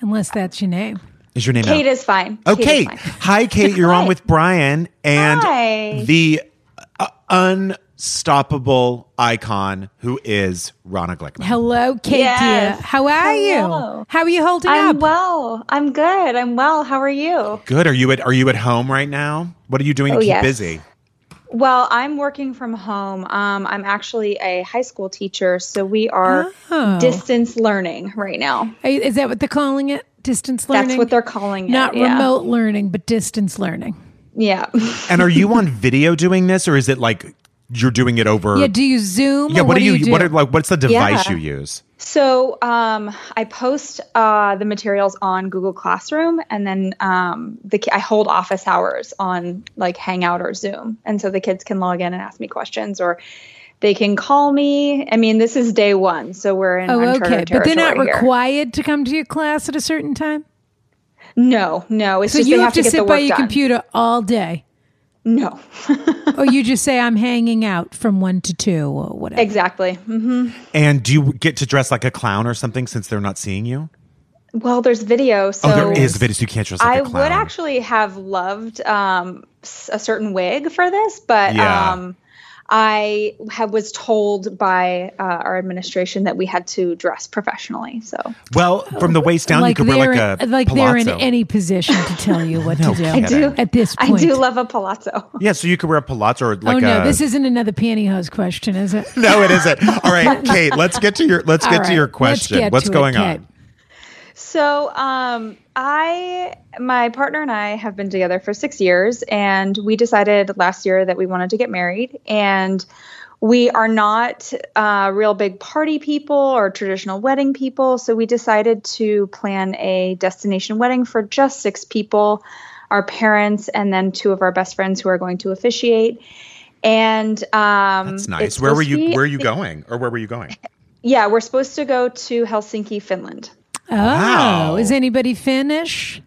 A: Unless that's your name.
B: Is your name Al-
C: Kate is fine.
B: Okay.
C: Kate is fine.
B: Hi, Kate. You're on with Brian and
C: Hi.
B: the uh, unstoppable icon who is Rana Glickman.
A: Hello, Kate.
C: Yes.
A: Dear. How are you?
C: Hello.
A: How are you holding
C: I'm
A: up?
C: well. I'm good. I'm well. How are you?
B: Good. Are you at Are you at home right now? What are you doing to
C: Oh,
B: keep
C: yes.
B: busy?
C: Well, I'm working from home. Um, I'm actually a high school teacher, so we are
A: Oh.
C: distance learning right now.
A: Are you- Is that what they're calling it? Distance learning?
C: That's what they're calling it.
A: Not
C: yeah.
A: remote learning, but distance learning.
C: Yeah.
B: And are you on video doing this, or is it like you're doing it over.
A: Yeah, do you Zoom?
B: Yeah,
A: or
B: what, do you, what
A: do?
B: are like what's the device
C: Yeah.
B: you use?
C: So um, I post uh, the materials on Google Classroom, and then um, the ki- I hold office hours on like Hangout or Zoom, and so the kids can log in and ask me questions, or they can call me. I mean, this is day one, so we're in
A: Oh,
C: uncharted
A: okay. But they're
C: territory
A: not
C: here.
A: required to come to your class at a certain time.
C: No, no, it's
A: So
C: just
A: you
C: they
A: have, to,
C: get the
A: sit
C: work
A: by your
C: done.
A: computer all day.
C: No,
A: or you just say, I'm hanging out from one to two or whatever.
C: exactly. hmm
B: And do you get to dress like a clown or something since they're not seeing you?
C: Well, there's video, so
B: Oh, there is videos you can't dress like
C: I
B: a clown.
C: would actually have loved um, s- a certain wig for this, but
B: Yeah.
C: um, I have, was told by uh, our administration that we had to dress professionally. So
B: Well, from the waist down, you could wear
A: they're
B: like a
A: in, like they're in
B: palazzo.
A: any position to tell you what
B: No
A: to do.
B: I kidding. do-
A: at this point.
C: I do love a palazzo.
B: yeah, so you could wear a palazzo or like
A: oh no,
B: a.
A: this isn't another pantyhose question, is it?
B: no, it isn't. All right, Kate, let's get to your let's
A: All
B: get to
A: right,
B: your
A: let's
B: question.
A: get
B: What's
A: to it,
B: going
A: Kate.
B: on?
C: So, um, I, my partner and I have been together for six years, and we decided last year that we wanted to get married. And we are not uh, real big party people or traditional wedding people, so we decided to plan a destination wedding for just six people, our parents, and then two of our best friends who are going to officiate. And um,
B: That's
C: it's
B: nice. Where were
C: supposed to
B: you
C: be-
B: where are you going? Or where were you going?
C: Yeah, we're supposed to go to Helsinki, Finland.
A: Oh,
B: Wow.
A: is anybody Finnish?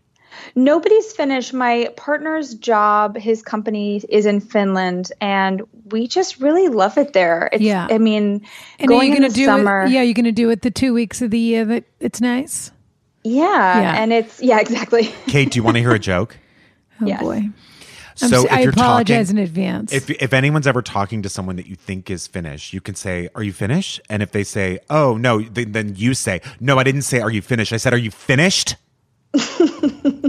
C: Nobody's Finnish. My partner's job, his company is in Finland, and we just really love it there. It's,
A: Yeah.
C: I mean,
A: And
C: going
A: are you
C: in
A: gonna
C: the
A: do
C: summer.
A: it? Yeah, you're going to do it the two weeks of the year that it's nice.
C: yeah,
A: Yeah.
C: and it's yeah, exactly.
B: Kate, do you want to hear a joke?
A: Oh
C: Yes.
A: boy, I'm
B: so
A: s-
B: if
A: I
B: you're
A: apologize
B: talking,
A: in advance.
B: if if anyone's ever talking to someone that you think is Finnish, you can say, "Are you Finnish?" And if they say, "Oh no," th- then you say, "No, I didn't say are you Finnish. I said are you finished."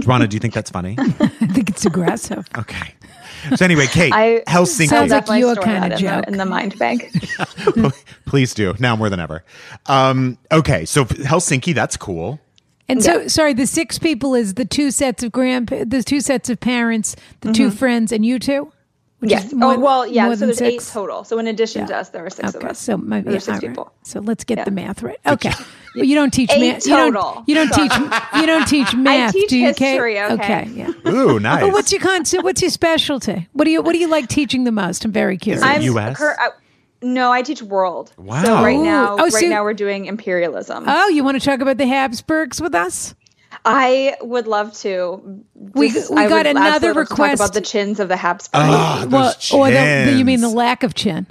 B: Juana, do you think that's funny?
A: I think it's aggressive.
B: Okay. So anyway, Kate,
C: I
B: Helsinki.
C: I'll
A: Sounds like
C: definitely
A: your
C: store
A: kinda
C: that in the-
A: joke.
C: in the mind bank.
B: Please do now more than ever. Um, okay, so Helsinki, that's cool.
A: And so, sorry, the six people is the two sets of grand, the two sets of parents, the two friends, and you two. Which
C: Mm-hmm. yes.
A: is more-
C: oh well, yeah.
A: more
C: So
A: than
C: there's eight
A: six?
C: total. So in addition to us, there were six
A: Okay,
C: of us.
A: so maybe
C: there were six
A: all right.
C: people.
A: So let's get the math right. Okay, Well, you don't teach
C: Eight
A: math. You
C: total.
A: don't, you don't teach. You don't teach math.
C: teach
A: do you,
C: history,
A: Kate?
C: okay.
A: yeah.
B: Ooh, nice.
A: But what's your concept? What's your specialty? What do you What do you like teaching the most? I'm very curious.
C: I'm
B: US?
C: cur- I- no, I teach world. So
B: Wow.
C: right
B: Ooh.
C: now,
A: Oh,
C: right
A: so-
C: now we're doing imperialism.
A: oh, you want to talk about the Habsburgs with us?
C: I would love to.
A: We-
C: Just-
A: we
C: I
A: got
C: would
A: another
C: absolutely love to
A: request.
C: talk about the chins of the Habsburgs,
B: Ah, those
A: or the, the- oh, you mean the
B: chins.
A: lack of chin?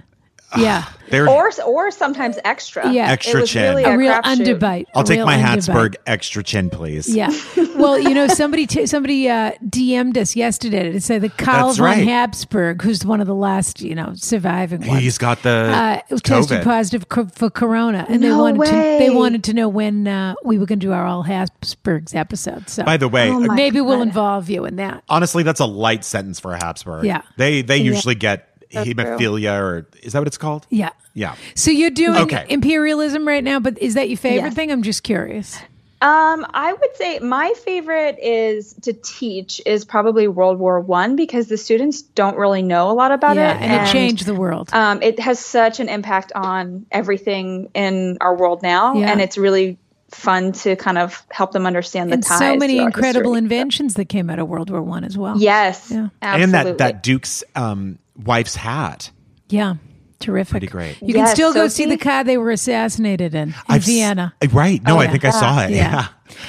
A: Yeah,
B: They're-
C: or or sometimes extra.
A: Yeah.
B: Extra
C: it was
B: chin.
C: Really
B: A
A: a real
C: crapshoot.
A: underbite.
B: I'll
A: a
B: take
A: real
B: my
A: underbite.
B: Habsburg extra chin, please.
A: Yeah. Well, you know, somebody t- somebody uh, DM'd us yesterday to say the Carl
B: That's
A: von
B: right.
A: Habsburg, who's one of the last, you know, surviving ones,
B: He's got the
A: uh, was tested
B: COVID.
A: positive co- for corona, and they
C: No
A: wanted to
C: way.
A: they wanted to know when uh, we were going to do our all Habsburgs episode. So
B: By the way, uh,
C: my-
A: maybe we'll
C: God.
A: involve you in that.
B: honestly, that's a light sentence for a Habsburg.
A: Yeah.
B: They they usually get
C: true.
B: hemophilia or is that what it's called?
A: Yeah.
B: Yeah.
A: So you're doing
B: Okay.
A: imperialism right now, but is that your favorite
C: Yes.
A: thing? I'm just curious.
C: Um, I would say my favorite is to teach is probably World War One because the students don't really know a lot about
A: Yeah,
C: it,
A: and, it changed the world.
C: Um, it has such an impact on everything in our world now,
A: Yeah.
C: and it's really fun to kind of help them understand the
A: and
C: ties.
A: so many
C: throughout
A: incredible
C: history.
A: inventions that came out of World War One as well.
C: Yes,
A: Yeah.
C: absolutely.
B: And that that Duke's um, wife's hat.
A: Yeah. Terrific.
B: Pretty great.
A: You can
C: Yes,
A: still go see
C: Sophie.
A: the car they were assassinated in, in
B: I've s-
A: Vienna. Oh,
B: right. No, I
A: yeah.
B: think I saw it.
A: Yeah.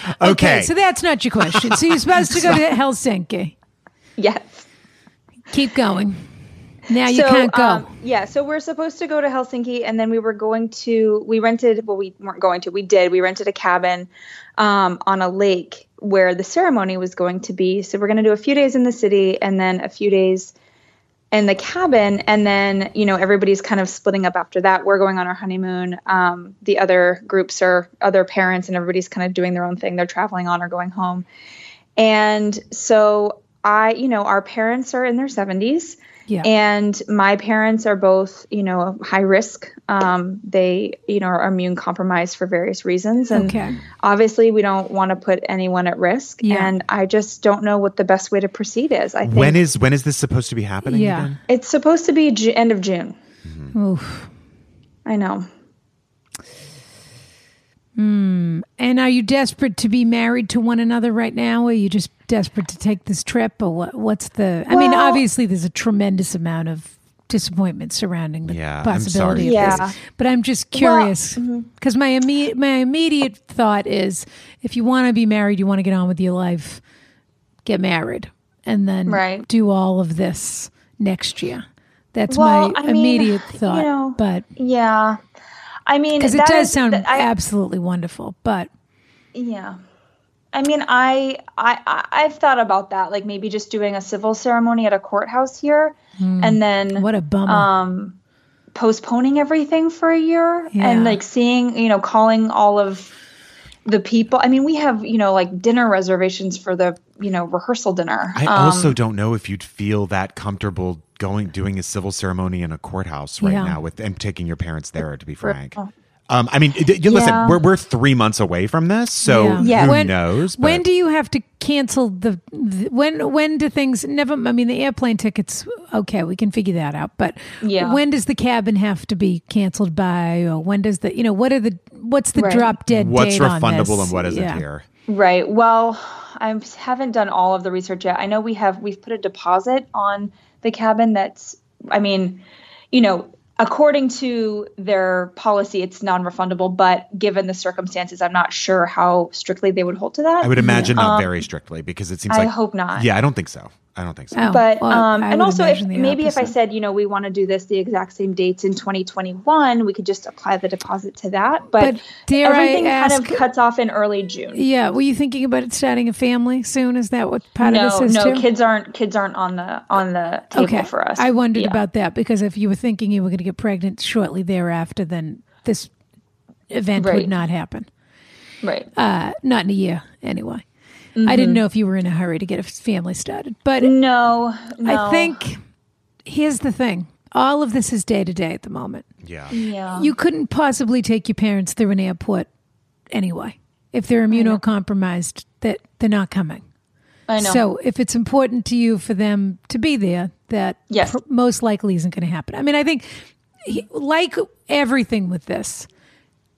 B: Yeah. Okay.
A: So that's not your question. So you're supposed to go to Helsinki.
C: yes.
A: Keep going. Now you can't go.
C: um, yeah, so we're supposed to go to Helsinki, and then we were going to. We rented. Well, we weren't going to. We did. We rented a cabin um, on a lake where the ceremony was going to be. So we're going to do a few days in the city, and then a few days in the cabin, and then you know everybody's kind of splitting up after that. We're going on our honeymoon. Um, the other groups are other parents, and everybody's kind of doing their own thing. They're traveling on or going home, and so. I, you know, our parents are in their 70s.
A: yeah.
C: And my parents are both, you know, high risk. Um, they, you know, are immune compromised for various reasons. And
A: Okay.
C: obviously, we don't want to put anyone at risk.
A: Yeah.
C: And I just don't know what the best way to proceed is. I think
B: when is when is this supposed to be happening
A: Yeah.
B: again?
C: it's supposed to be Ju- end of June. I know.
A: And are you desperate to be married to one another right now? Are you just desperate to take this trip, or what, what's the? I mean,
C: Well-
A: obviously, there's a tremendous amount of disappointment surrounding the
B: Yeah, I'm
A: possibility of
B: sorry.
C: Yeah. mm-hmm.
A: this. But I'm just curious because my immediate my immediate thought is, if you want to be married, you want to get on with your life, get married, and then
C: Right.
A: do all of this next year. That's
C: Well,
A: my
C: I mean,
A: immediate
C: you
A: thought,
C: know,
A: but
C: Yeah. I mean,
A: because it
C: that
A: does
C: is-
A: sound
C: that- I,
A: absolutely wonderful, but.
C: yeah. I mean, I, I I I've thought about that, like maybe just doing a civil ceremony at a courthouse here, and then
A: Hmm. What a bummer.
C: um, postponing everything for a year
A: Yeah.
C: and like seeing, you know, calling all of the people. I mean, we have, you know, like dinner reservations for the, you know, rehearsal dinner.
B: I
C: Um,
B: also don't know if you'd feel that comfortable going doing a civil ceremony in a courthouse right
A: Yeah.
B: now with and taking your parents there. To be frank, um, I mean, th- you listen,
C: Yeah.
B: we're we're three months away from this, so
C: Yeah.
B: who
A: when,
B: knows?
A: When
B: but-
A: do you have to cancel the, the when when do things never I mean the airplane tickets okay, we can figure that out, but
C: Yeah.
A: when does the cabin have to be canceled by or when does the you know what are the what's the
C: Right.
A: drop dead
B: what's
A: date on
B: refundable
A: this?
B: and what isn't
A: Yeah.
B: here?
C: Right. Well, I haven't done all of the research yet. I know we have we've put a deposit on the cabin that's I mean, you know, according to their policy it's non-refundable, but given the circumstances, I'm not sure how strictly they would hold to that.
B: I would imagine not very strictly because it seems
C: I
B: like
C: hope not.
B: Yeah, I don't think so. I don't think so.
A: Oh,
C: but
A: well,
C: um,
A: I
C: and
A: would
C: also if
A: imagine the
C: maybe if I
A: opposite.
C: said, you know, we want to do this the exact same dates in 2021, we could just apply the deposit to that, but,
A: But dare I
C: everything kind
A: ask-
C: of cuts off in early June.
A: yeah, were you thinking about starting a family soon? Is that what part
C: no,
A: of this is
C: no,
A: too?
C: kids aren't kids aren't on the on the table
A: okay,
C: for us.
A: I wondered
C: Yeah.
A: about that because if you were thinking you were going to get pregnant shortly thereafter, then this event would
C: Right.
A: not happen.
C: right.
A: uh, not in a year anyway. I didn't know if you were in a hurry to get a family started, but
C: Mm-hmm. no, no.
A: I think here's the thing: all of this is day to day at the moment.
B: Yeah.
C: yeah,
A: You couldn't possibly take your parents through an airport anyway if they're immunocompromised. That they're not coming.
C: I know.
A: So if it's important to you for them to be there, that
C: Yes.
A: most likely isn't going to happen. I mean, I think he- like everything with this,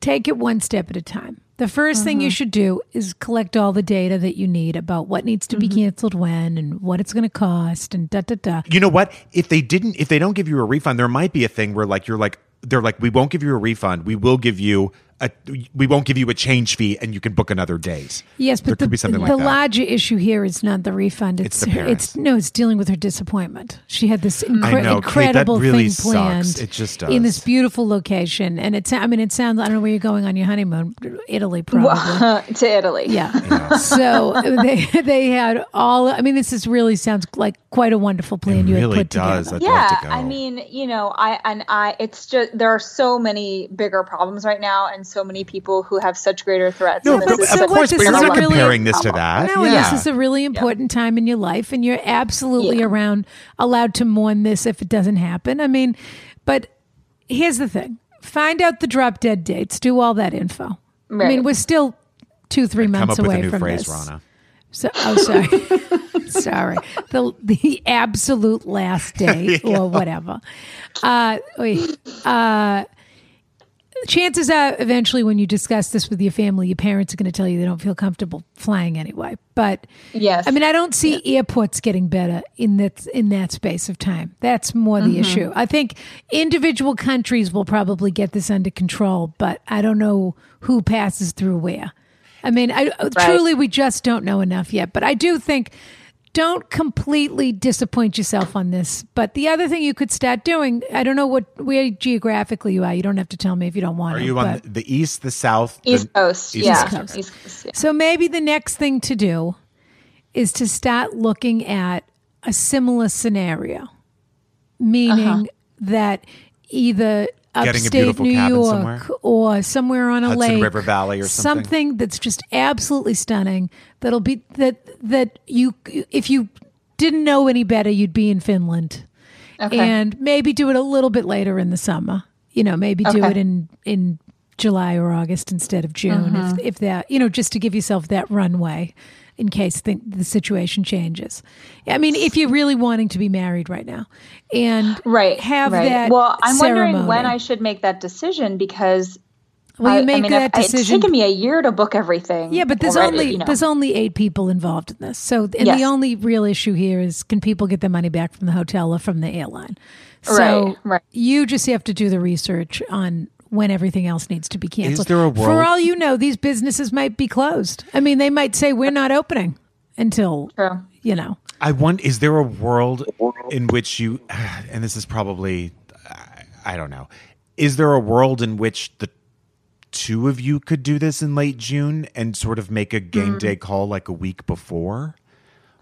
A: take it one step at a time. The 1st thing
C: Mm-hmm.
A: you should do is collect all the data that you need about what needs to be
C: Mm-hmm.
A: canceled when and what it's going to cost and da da da.
B: You know what? If they didn't, if they don't give you a refund, there might be a thing where like you're like they're like we won't give you a refund. We will give you a we won't give you a change fee, and you can book another date.
A: Yes, but
B: there
A: the,
B: could be something
A: the
B: like that.
A: larger issue here is not the refund. It's,
B: the parents.
A: It's no, it's dealing with her disappointment. She had this incre-
B: I know, Kate, that
A: incredible
B: really
A: thing
B: sucks.
A: planned.
B: It just
A: in
B: does.
A: this beautiful location, and it's. I mean, it sounds. I don't know where you're going on your honeymoon. Italy, probably.
C: to Italy.
A: Yeah. So they they had all. I mean, this is really sounds like quite a wonderful plan
B: It
A: you
B: really
A: had put
B: does.
A: together.
B: I'd love
C: Yeah,
B: to go.
C: I mean, you know, I and I, it's just there are so many bigger problems right now, and so many people who have such greater threats.
B: no,
C: and
A: but
B: but
C: this
A: so
C: is
B: of
C: such
A: what,
B: course,
A: this
B: but you're
A: is
B: not
A: a really- Oh,
B: comparing this to that.
A: No, and
B: yeah.
A: this is a really important time in your life, and you're absolutely
C: Yeah.
A: around allowed to mourn this if it doesn't happen. I mean, but here's the thing: find out the drop dead dates, do all that info. I mean,
C: Right.
A: we're still two, three
B: Come
A: months
B: up with
A: away
B: a new
A: from
B: phrase,
A: this.
B: Rana.
A: So, oh, sorry. sorry. The, the absolute last day or whatever. Uh, wait. Uh, chances are, eventually, when you discuss this with your family, your parents are going to tell you they don't feel comfortable flying anyway. But
C: Yes.
A: I mean, I don't see airports getting better in that in that space of time. That's more the issue. I think individual countries will probably get this under control, but I don't know who passes through where. I mean, I uh, truly we just don't know enough yet. But I do think don't completely disappoint yourself on this. But the other thing you could start doing, I don't know what where geographically you are. You don't have to tell me if you don't want
B: Are
A: to.
B: you on
A: but-
B: the, the east, the south, the-
C: East Coast,
B: East
C: yeah,
A: Coast.
C: East Coast, yeah.
A: So maybe the next thing to do is to start looking at a similar scenario, meaning that either
B: Getting a
A: upstate
B: beautiful
A: New
B: cabin
A: York
B: somewhere?
A: or somewhere on a
B: Hudson
A: lake,
B: River Valley or something?
A: that's just absolutely stunning. That'll be that that you if you didn't know any better, you'd be in Finland and maybe do it a little bit later in the summer. You know, maybe do
C: Okay.
A: it in in July or August instead of June,
C: Uh-huh.
A: if, if that, you know, just to give yourself that runway in case the, the situation changes. I mean, if you're really wanting to be married right now and
C: Right.
A: have
C: right.
A: that.
C: Well, I'm wondering when
A: ceremony.
C: I should make that decision because
A: well,
C: I-
A: you
C: I
A: make
C: mean,
A: that
C: I- It's
A: decision.
C: taken me a year to book everything.
A: Yeah, but there's
C: already,
A: only
C: you know.
A: there's only eight people involved in this. So and
C: Yes.
A: the only real issue here is can people get their money back from the hotel or from the airline? So
C: Right, right.
A: you just have to do the research on when everything else needs to be canceled.
B: there a world-
A: For all you know, these businesses might be closed. I mean, they might say we're not opening until
C: True.
A: you know.
B: I want. Is there a world in which you? And this is probably, I, I don't know. Is there a world in which the two of you could do this in late June and sort of make a
A: Mm.
B: game day call like a week before,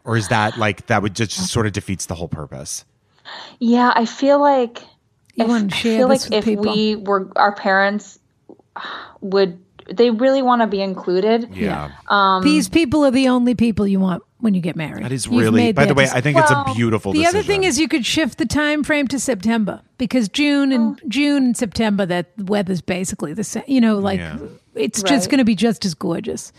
B: or is that like that would just sort of defeats the whole purpose?
C: Yeah, I feel like
A: You wanna
C: I
A: share
C: feel
A: this
C: like
A: with
C: if
A: people.
C: we were our parents would they really want to be included. Um,
A: These people are the only people you want when you get married.
B: that is
A: You've
B: really.
A: made
B: By
A: that
B: the way,
A: decision.
B: I think it's a
C: Well,
B: beautiful.
A: the
B: decision.
A: other thing is you could shift the time frame to September because June and
C: Oh.
A: June and September that the weather's basically the same. You know, like
B: Yeah.
A: it's just
C: Right.
A: going to be just as gorgeous.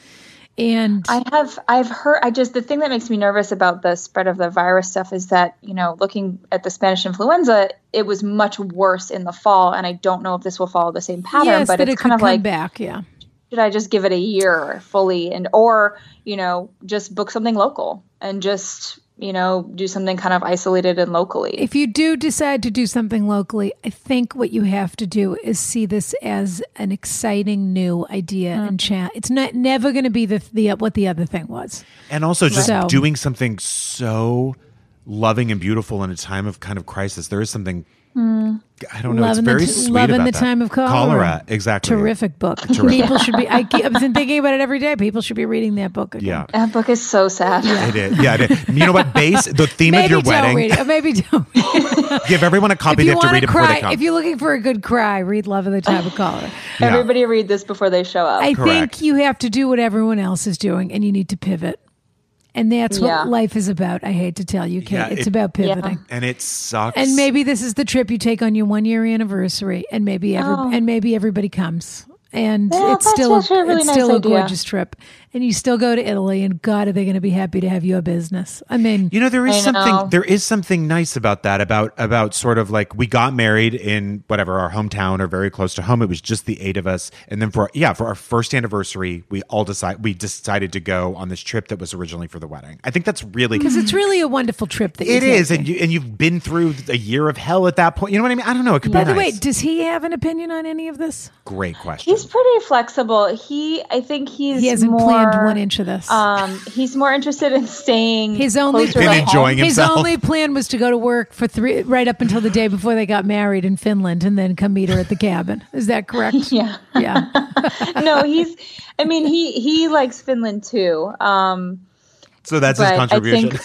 A: And
C: I have I've heard I just the thing that makes me nervous about the spread of the virus stuff is that, you know, looking at the Spanish influenza, it was much worse in the fall and I don't know if this will follow the same pattern,
A: yes,
C: but
A: that
C: it's
A: it could
C: kind
A: come
C: of like
A: back. Yeah,
C: should I just give it a year fully and or, you know, just book something local and just, you know, do something kind of isolated and locally.
A: if you do decide to do something locally, I think what you have to do is see this as an exciting new idea
C: Hmm.
A: and chance. It's not never going to be the the what the other thing was.
B: And also just
A: So-
B: doing something so loving and beautiful in a time of kind of crisis. There is something I don't
A: Mm. Loving
B: know. it's
A: the
B: very
A: t-
B: sweet
A: loving
B: about
A: the
B: that.
A: time of cholera.
B: exactly.
A: Terrific book. People should be. I keep, I've been thinking about it every day. People should be reading that book. Again.
B: Yeah.
C: that book is so sad.
B: It is. Yeah. It is. You know what? Base the theme
A: Maybe
B: of your
A: don't read
B: wedding.
A: it. Maybe don't.
B: Give everyone a copy.
A: if
B: They
A: you
B: have to
A: want
B: read
A: to
B: it before they
A: cry,
B: come.
A: if you're looking for a good cry, read Love of the Type of Color.
B: Yeah.
C: Everybody read this before they show up.
A: I
B: Correct.
A: think you have to do what everyone else is doing, and you need to pivot. And that's
C: Yeah.
A: what life is about. I hate to tell you, Kate,
B: Yeah,
A: it's
B: it-
A: about pivoting.
B: and it sucks.
A: And maybe this is the trip you take on your one year anniversary, and maybe every, and maybe everybody comes, and
C: Yeah,
A: it's
C: Oh. that's
A: still a,
C: actually a really
A: it's
C: nice
A: still a
C: idea.
A: gorgeous trip, and you still go to Italy, and God, are they going to be happy to have your business? I mean,
B: You know there
C: I
B: is something
C: know.
B: there is something nice about that about about sort of like we got married in whatever our hometown or very close to home it was just the 8 of us and then for yeah for our first anniversary we all decide we decided to go on this trip that was originally for the wedding. I think that's really
A: because it's really a wonderful trip that
B: it
A: you
B: is and you and you've been through a year of hell at that point. You know what I mean? I don't know it could
A: By
B: be
A: the way,
B: nice.
A: does he have an opinion on any of this?
B: Great question.
C: He's pretty flexible. He, I think he's
A: He hasn't
C: more,
A: planned one inch of this.
C: Um, he's more interested in staying.
A: his only
C: closer
B: Been
C: to
A: plan,
B: enjoying
A: his
B: himself.
A: only plan was to go to work for three right up until the day before they got married in Finland, and then come meet her at the cabin. Is that correct?
C: Yeah.
A: yeah.
C: home. no, he's. I mean, he he likes Finland too. Um,
B: So that's his
C: but I
B: contribution.
C: think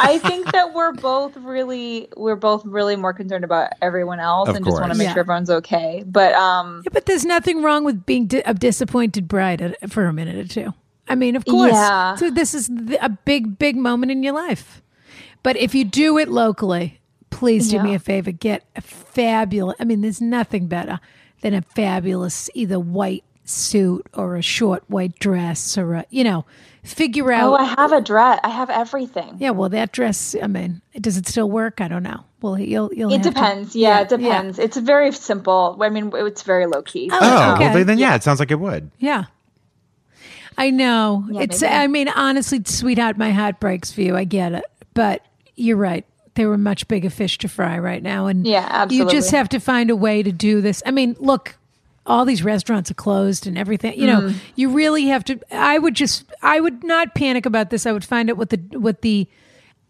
C: I think that we're both really we're both really more concerned about everyone else
B: Of
C: and just want
B: course.
C: to make
A: Yeah.
C: sure everyone's okay. But um,
A: Yeah, but there's nothing wrong with being di- a disappointed bride at- for a minute or two. I mean, of course.
C: Yeah.
A: So this is th- a big, big moment in your life. But if you do it locally, please do me
C: Yeah.
A: a favor. Get a fabulous. I mean, there's nothing better than a fabulous either white suit or a short white dress or a you know figure out.
C: oh, I have a dress. I have everything.
A: yeah, well, that dress. I mean, does it still work? I don't know. Well, you'll you'll. have
C: It
A: to-
C: depends. Yeah, it depends. It's very simple. I mean, it's very low key.
A: Oh,
B: oh,
A: okay.
B: well then, then yeah, it sounds like it would.
A: Yeah. I know. it's
C: maybe.
A: I mean, honestly, sweetheart, my heart breaks for you. I get it. But you're right. There were much bigger fish to fry right now. And
C: Yeah,
A: you just
C: absolutely.
A: have to find a way to do this. I mean, look, all these restaurants are closed and everything. You
C: Mm.
A: know, you really have to I would just I would not panic about this. I would find out what the what the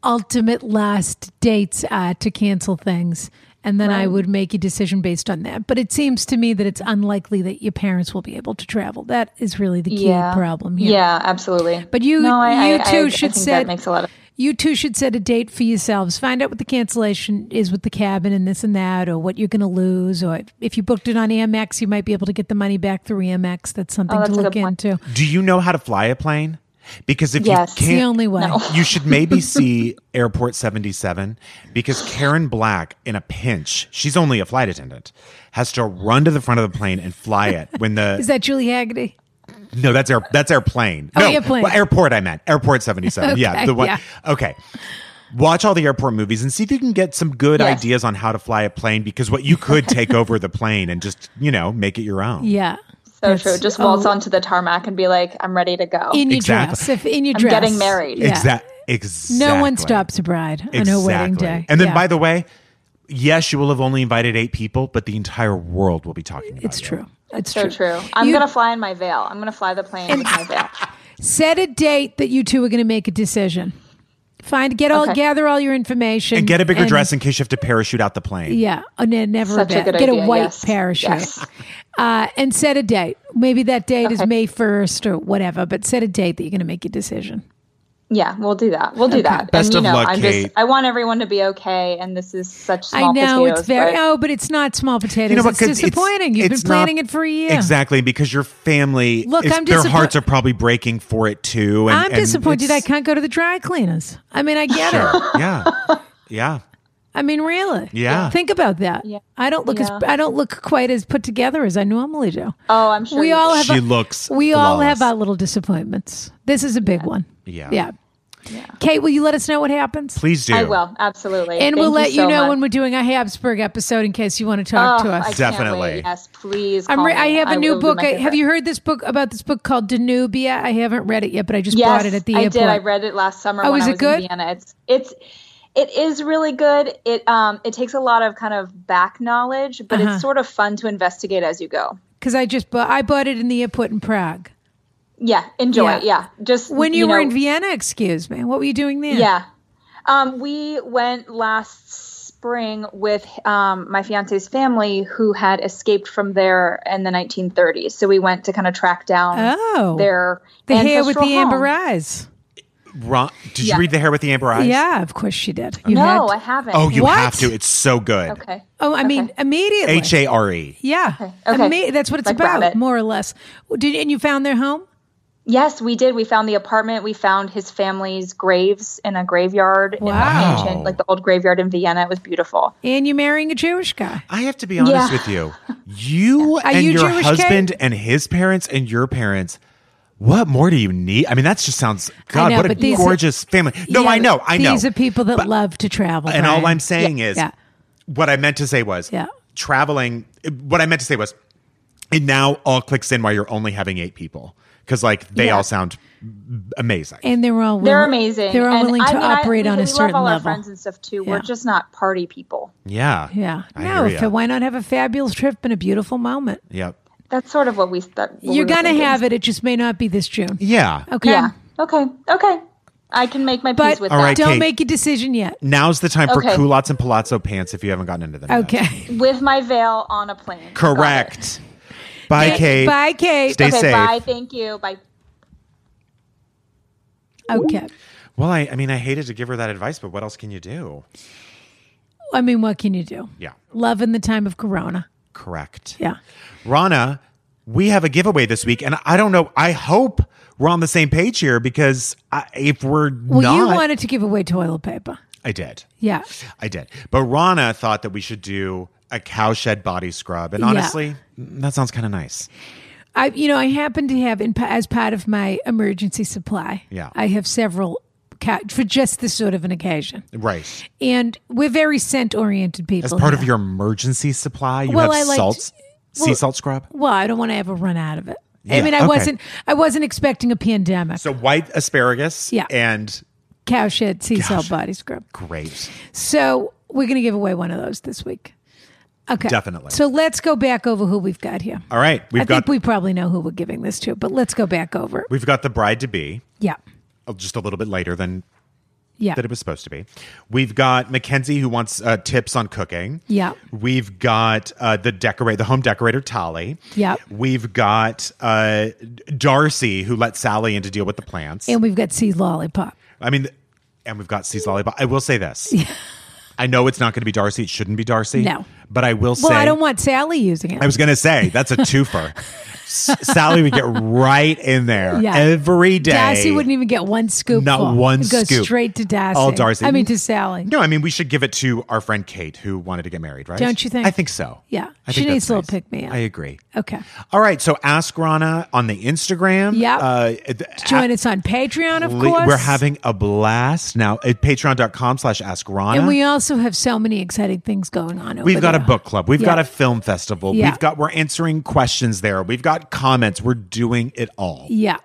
A: ultimate last dates are to cancel things. And then I would make a decision based on that. But it seems to me that it's unlikely that your parents will be able to travel. That is really the key
C: yeah.
A: problem
C: Yeah.
A: here.
C: absolutely.
A: But you-
C: no, I,
A: you
C: I,
A: two
C: I,
A: should
C: I think
A: set-
C: that makes a lot of
A: You two should set a date for yourselves. Find out what the cancellation is with the cabin and this and that, or what you're going to lose, or if you booked it on Amex, you might be able to get the money back through Amex. That's something
C: Oh, that's
A: to
C: a
A: look
C: good point.
A: into.
B: Do you know how to fly a plane? Because if
C: Yes.
B: you
A: It's the
B: can't,
A: only way.
C: No.
B: you should maybe see Airport 77 because Karen Black, in a pinch, she's only a flight attendant, has to run to the front of the plane and fly it when the
A: Is that Julie Haggerty?
B: no, that's air that's airplane.
A: Oh,
B: no,
A: airplane.
B: Well, airport I meant. Airport 77. yeah,
A: Okay,
B: the one.
A: yeah.
B: Okay. Watch all the airport movies and see if you can get some good
C: Yes.
B: ideas on how to fly a plane because what you could take over the plane and just, you know, make it your own.
A: Yeah.
C: So
A: That's-
C: true. Just waltz
A: oh,
C: onto the tarmac and be like, I'm ready to go.
A: in your
B: Exactly.
A: dress. If in your
C: I'm
A: dress,
C: getting married.
A: Yeah.
B: Exac- Exactly.
A: No one stops a bride on her wedding day.
B: And then,
A: Yeah.
B: by the way, yes, you will have only invited eight people, but the entire world will be talking about
A: it's
B: you.
A: true. It's
C: so true. I'm
A: You-
C: going to fly in my veil. I'm going to fly the plane in my veil.
A: Set a date that you two are going to make a decision. Find get all
C: Okay.
A: gather all your information
B: And get a bigger
A: and-
B: dress in case you have to parachute out the plane.
A: Yeah, oh, no, never a
C: Such a
A: bad.
C: good
A: get a
C: idea,
A: white
C: yes.
A: parachute.
C: Yes.
A: Uh, and set a date. Maybe that date is
C: Okay.
A: May 1st or whatever, but set a date that you're going to make your decision.
C: Yeah, we'll do that. We'll do that.
B: Best
C: and you
B: of
C: know,
B: luck,
C: I'm
B: Kate.
C: just I want everyone to be okay and this is such small
A: I know
C: potatoes.
A: it's very,
C: but
A: oh, but it's not small potatoes.
B: what,
A: it's
B: 'cause it's-
A: disappointing. You've
B: it's
A: been
B: not-
A: planning it for a year.
B: Exactly, because your family,
A: Look,
B: is-
A: I'm
B: their
A: disapp-
B: hearts are probably breaking for it too. And,
A: I'm
B: and
A: disappointed I
B: it's-
A: can't go to the dry cleaners. I mean, I get it.
B: Sure. yeah. Yeah.
A: I mean, really.
B: Yeah.
A: Think about that. I don't look as
C: Yeah.
A: I don't look quite as put together as I normally do.
C: Oh, I'm sure
A: we
C: you
A: all have.
B: She
A: our-
B: looks
A: We all have
B: flawless.
A: our little disappointments. This is a big one.
B: Yeah.
A: Yeah. Kate, will you let us know what happens?
B: Please do.
C: I will absolutely.
A: And
C: Thank
A: we'll let you,
C: so
A: know
C: much.
A: when we're doing a Habsburg episode in case you want to talk
C: Oh,
A: to
C: I
A: us.
C: can't
B: Definitely.
C: wait. Yes, please.
A: I'm
C: call
A: re- I
C: me.
A: have a
C: will
A: new
C: do
A: book.
C: my
A: I,
C: favorite.
A: have you heard this book about this book called Danubia? I haven't read it yet, but I just
C: Yes,
A: bought it at the
C: I
A: airport.
C: did. I read it last summer
A: Oh,
C: when
A: is
C: I
A: it
C: was
A: good?
C: in Vienna. It's it's it is really good. It um it takes a lot of kind of back knowledge, but
A: Uh-huh.
C: it's sort of fun to investigate as you go.
A: because I just bought. I bought it in the airport in Prague
C: Yeah, enjoy.
A: Yeah.
C: Yeah, just
A: when you, were
C: know,
A: in Vienna. Excuse me. What were you doing there?
C: Yeah. Um, we went last spring with um, my fiance's family who had escaped from there in the 1930s. So we went to kind of track down
A: Oh,
C: their
A: the hair with the
C: ancestral home.
A: amber eyes.
B: Ron, did
C: Yeah.
B: you read The Hair with the Amber Eyes?
A: Yeah, of course she did. You
C: No,
A: had-
C: I haven't.
B: Oh, you
A: What?
B: have to. It's so good.
C: okay.
A: Oh, I mean, immediately.
B: H A R E.
A: Yeah.
C: Okay.
A: Imme- that's what it's
C: Like
A: about,
C: rabbit.
A: more or less. Did and you found their home?
C: Yes, we did. We found the apartment. We found his family's graves in a graveyard
A: Wow.
C: in the ancient, like the old graveyard in Vienna. It was beautiful.
A: And you're marrying a Jewish guy.
B: I have to be honest
C: Yeah.
B: with you. You and
A: you
B: your
A: Jewish,
B: husband and his parents and your parents. What more do you need? I mean, that just sounds God.
A: know,
B: what a
A: but these-
B: gorgeous family. No,
A: Yeah,
B: I know, I know.
A: These are people that love to travel.
B: and all
A: Brian.
B: I'm saying is,
A: Yeah.
B: what I meant to say was,
A: Yeah.
B: traveling. What I meant to say was, it now all clicks in why you're only having eight people because like they
C: Yeah.
B: all sound amazing.
A: And they're all willing,
C: They're amazing.
A: They're all
C: And
A: willing
C: I
A: to
C: mean, I-
A: operate
C: we-
A: on a
C: we
A: certain
C: love all
A: level.
C: Our friends and stuff too.
A: Yeah.
C: We're just not party people.
B: yeah,
A: yeah.
B: I
A: no,
B: hear
A: if,
B: ya.
A: why not have a fabulous trip and a beautiful moment?
B: Yep.
C: That's sort of what we. That, what
A: You're
C: we were
A: going to
C: thinking.
A: have it. It just may not be this June.
B: Yeah.
A: Okay.
C: Yeah. Okay. Okay. I can make my
A: But
C: peace with
B: All right,
C: that.
A: don't
B: Kate.
A: make a decision yet.
B: Now's the time for
C: Okay.
B: culottes and palazzo pants if you haven't gotten into them. yet.
A: Okay.
C: With my veil on a plane. Got it.
B: Correct. Bye, Kate.
A: Bye, Kate.
B: Stay
C: Okay.
B: safe.
C: Bye. Thank you. Bye.
A: Okay.
B: Well, I, I mean, I hated to give her that advice, but what else can you do?
A: I mean, what can you do?
B: Yeah.
A: Love in the time of Corona.
B: Correct.
A: Yeah.
B: Rana, we have a giveaway this week, and I don't know. I hope we're on the same page here because I, if we're
A: Well,
B: not,
A: you wanted to give away toilet paper.
B: I did.
A: Yeah.
B: I did. But Rana thought that we should do a cowshed body scrub, and
A: Yeah.
B: honestly, that sounds kind of nice.
A: I, you know, I happen to have in, pa- as part of my emergency supply.
B: Yeah.
A: I have several ca- for just this sort of an occasion,
B: Right.
A: and we're very scent oriented
B: As
A: people.
B: part
A: here.
B: of your emergency supply, you
A: Oh, Well, I
B: have
A: liked-
B: salts, sea
A: well-
B: salt scrub.
A: well, I don't want to ever run out of it. I
B: Yeah,
A: mean, I
B: okay.
A: wasn't, I wasn't expecting a pandemic.
B: So white asparagus.
A: Yeah.
B: And
A: Cowshed sea salt body scrub.
B: great.
A: So we're going to give away one of those this week. Okay,
B: Definitely.
A: So let's go back over who we've got here.
B: All right. We've
A: I
B: got
A: think we probably know who we're giving this to, but let's go back over. it.
B: we've got the bride to be
A: Yeah.
B: uh, just a little bit later than
A: Yeah.
B: that it was supposed to be. We've got Mackenzie who wants uh, tips on cooking.
A: Yeah.
B: We've got uh, the decorate the home decorator Tolly.
A: Yeah.
B: We've got uh, Darcy who let Sally in to deal with the plants.
A: And we've got Sea Lollipop.
B: I mean, and we've got C's lollipop. I will say this. I know it's not going to be Darcy. It shouldn't be Darcy.
A: No.
B: But I will say,
A: Well, I don't want Sally using it.
B: I was going to say that's a twofer. S- Sally would get right in there
A: Yeah.
B: every day.
A: Darcy wouldn't even get one scoop.
B: Not
A: full.
B: one
A: it goes
B: scoop.
A: straight to Darcy.
B: All Darcy.
A: I mean, to Sally.
B: No, I mean we should give it to our friend Kate who wanted to get married, right?
A: Don't you think?
B: I think so.
A: Yeah.
B: I
A: She
B: think
A: needs
B: that's
A: a little
B: nice.
A: pick-me-up.
B: I agree.
A: Okay.
B: All right, so ask Rana on the Instagram.
A: Yep.
B: Uh, th-
A: Join us on Patreon, of
B: Lee-
A: course.
B: We're having a blast now at patreon.com slash ask Rana.
A: And we also have so many exciting things going on. Over
B: We've got a
A: there.
B: book club. We've
A: Yeah.
B: got a film festival.
A: Yeah.
B: We've got we're answering questions there. We've got comments. We're doing it all.
A: Yeah.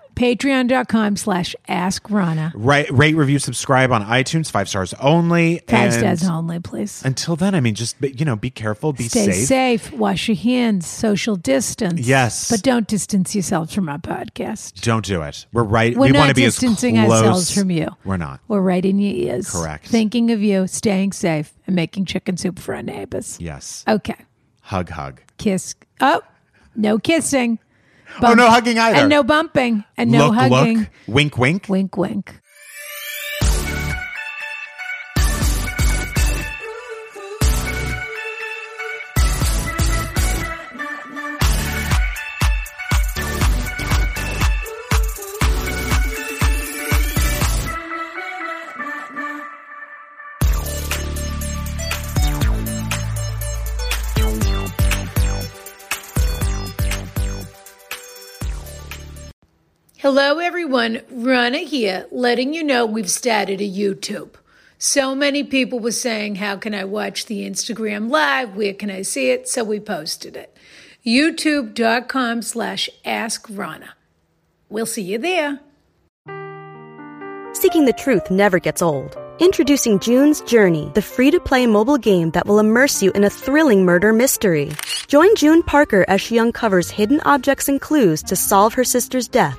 A: Patreon.com slash ask Rana.
B: Right, rate, review, subscribe on iTunes, five stars only.
A: Five
B: and
A: stars only, please.
B: until then, I mean, just be- you know, be careful, be
A: Stay
B: safe.
A: safe. Wash your hands. Social distance.
B: Yes.
A: But don't distance yourselves from our podcast.
B: Don't do it. We're right.
A: We're
B: we
A: not
B: want to be as close.
A: distancing ourselves from you.
B: We're not.
A: We're right in your ears.
B: Correct.
A: Thinking of you, staying safe, and making chicken soup for our neighbors.
B: Yes.
A: Okay.
B: Hug, hug.
A: Kiss. Oh, no kissing.
B: Oh,
A: Bump-
B: no hugging either.
A: And no bumping. And no
B: look,
A: hugging.
B: look. Wink, wink.
A: Wink, wink. Hello, everyone. Rana here, letting you know we've started a YouTube. So many people were saying, How can I watch the Instagram live? Where can I see it? So we posted it. YouTube.com slash Ask Rana. We'll see you there.
D: Seeking the truth never gets old. Introducing June's Journey, the free to play mobile game that will immerse you in a thrilling murder mystery. Join June Parker as she uncovers hidden objects and clues to solve her sister's death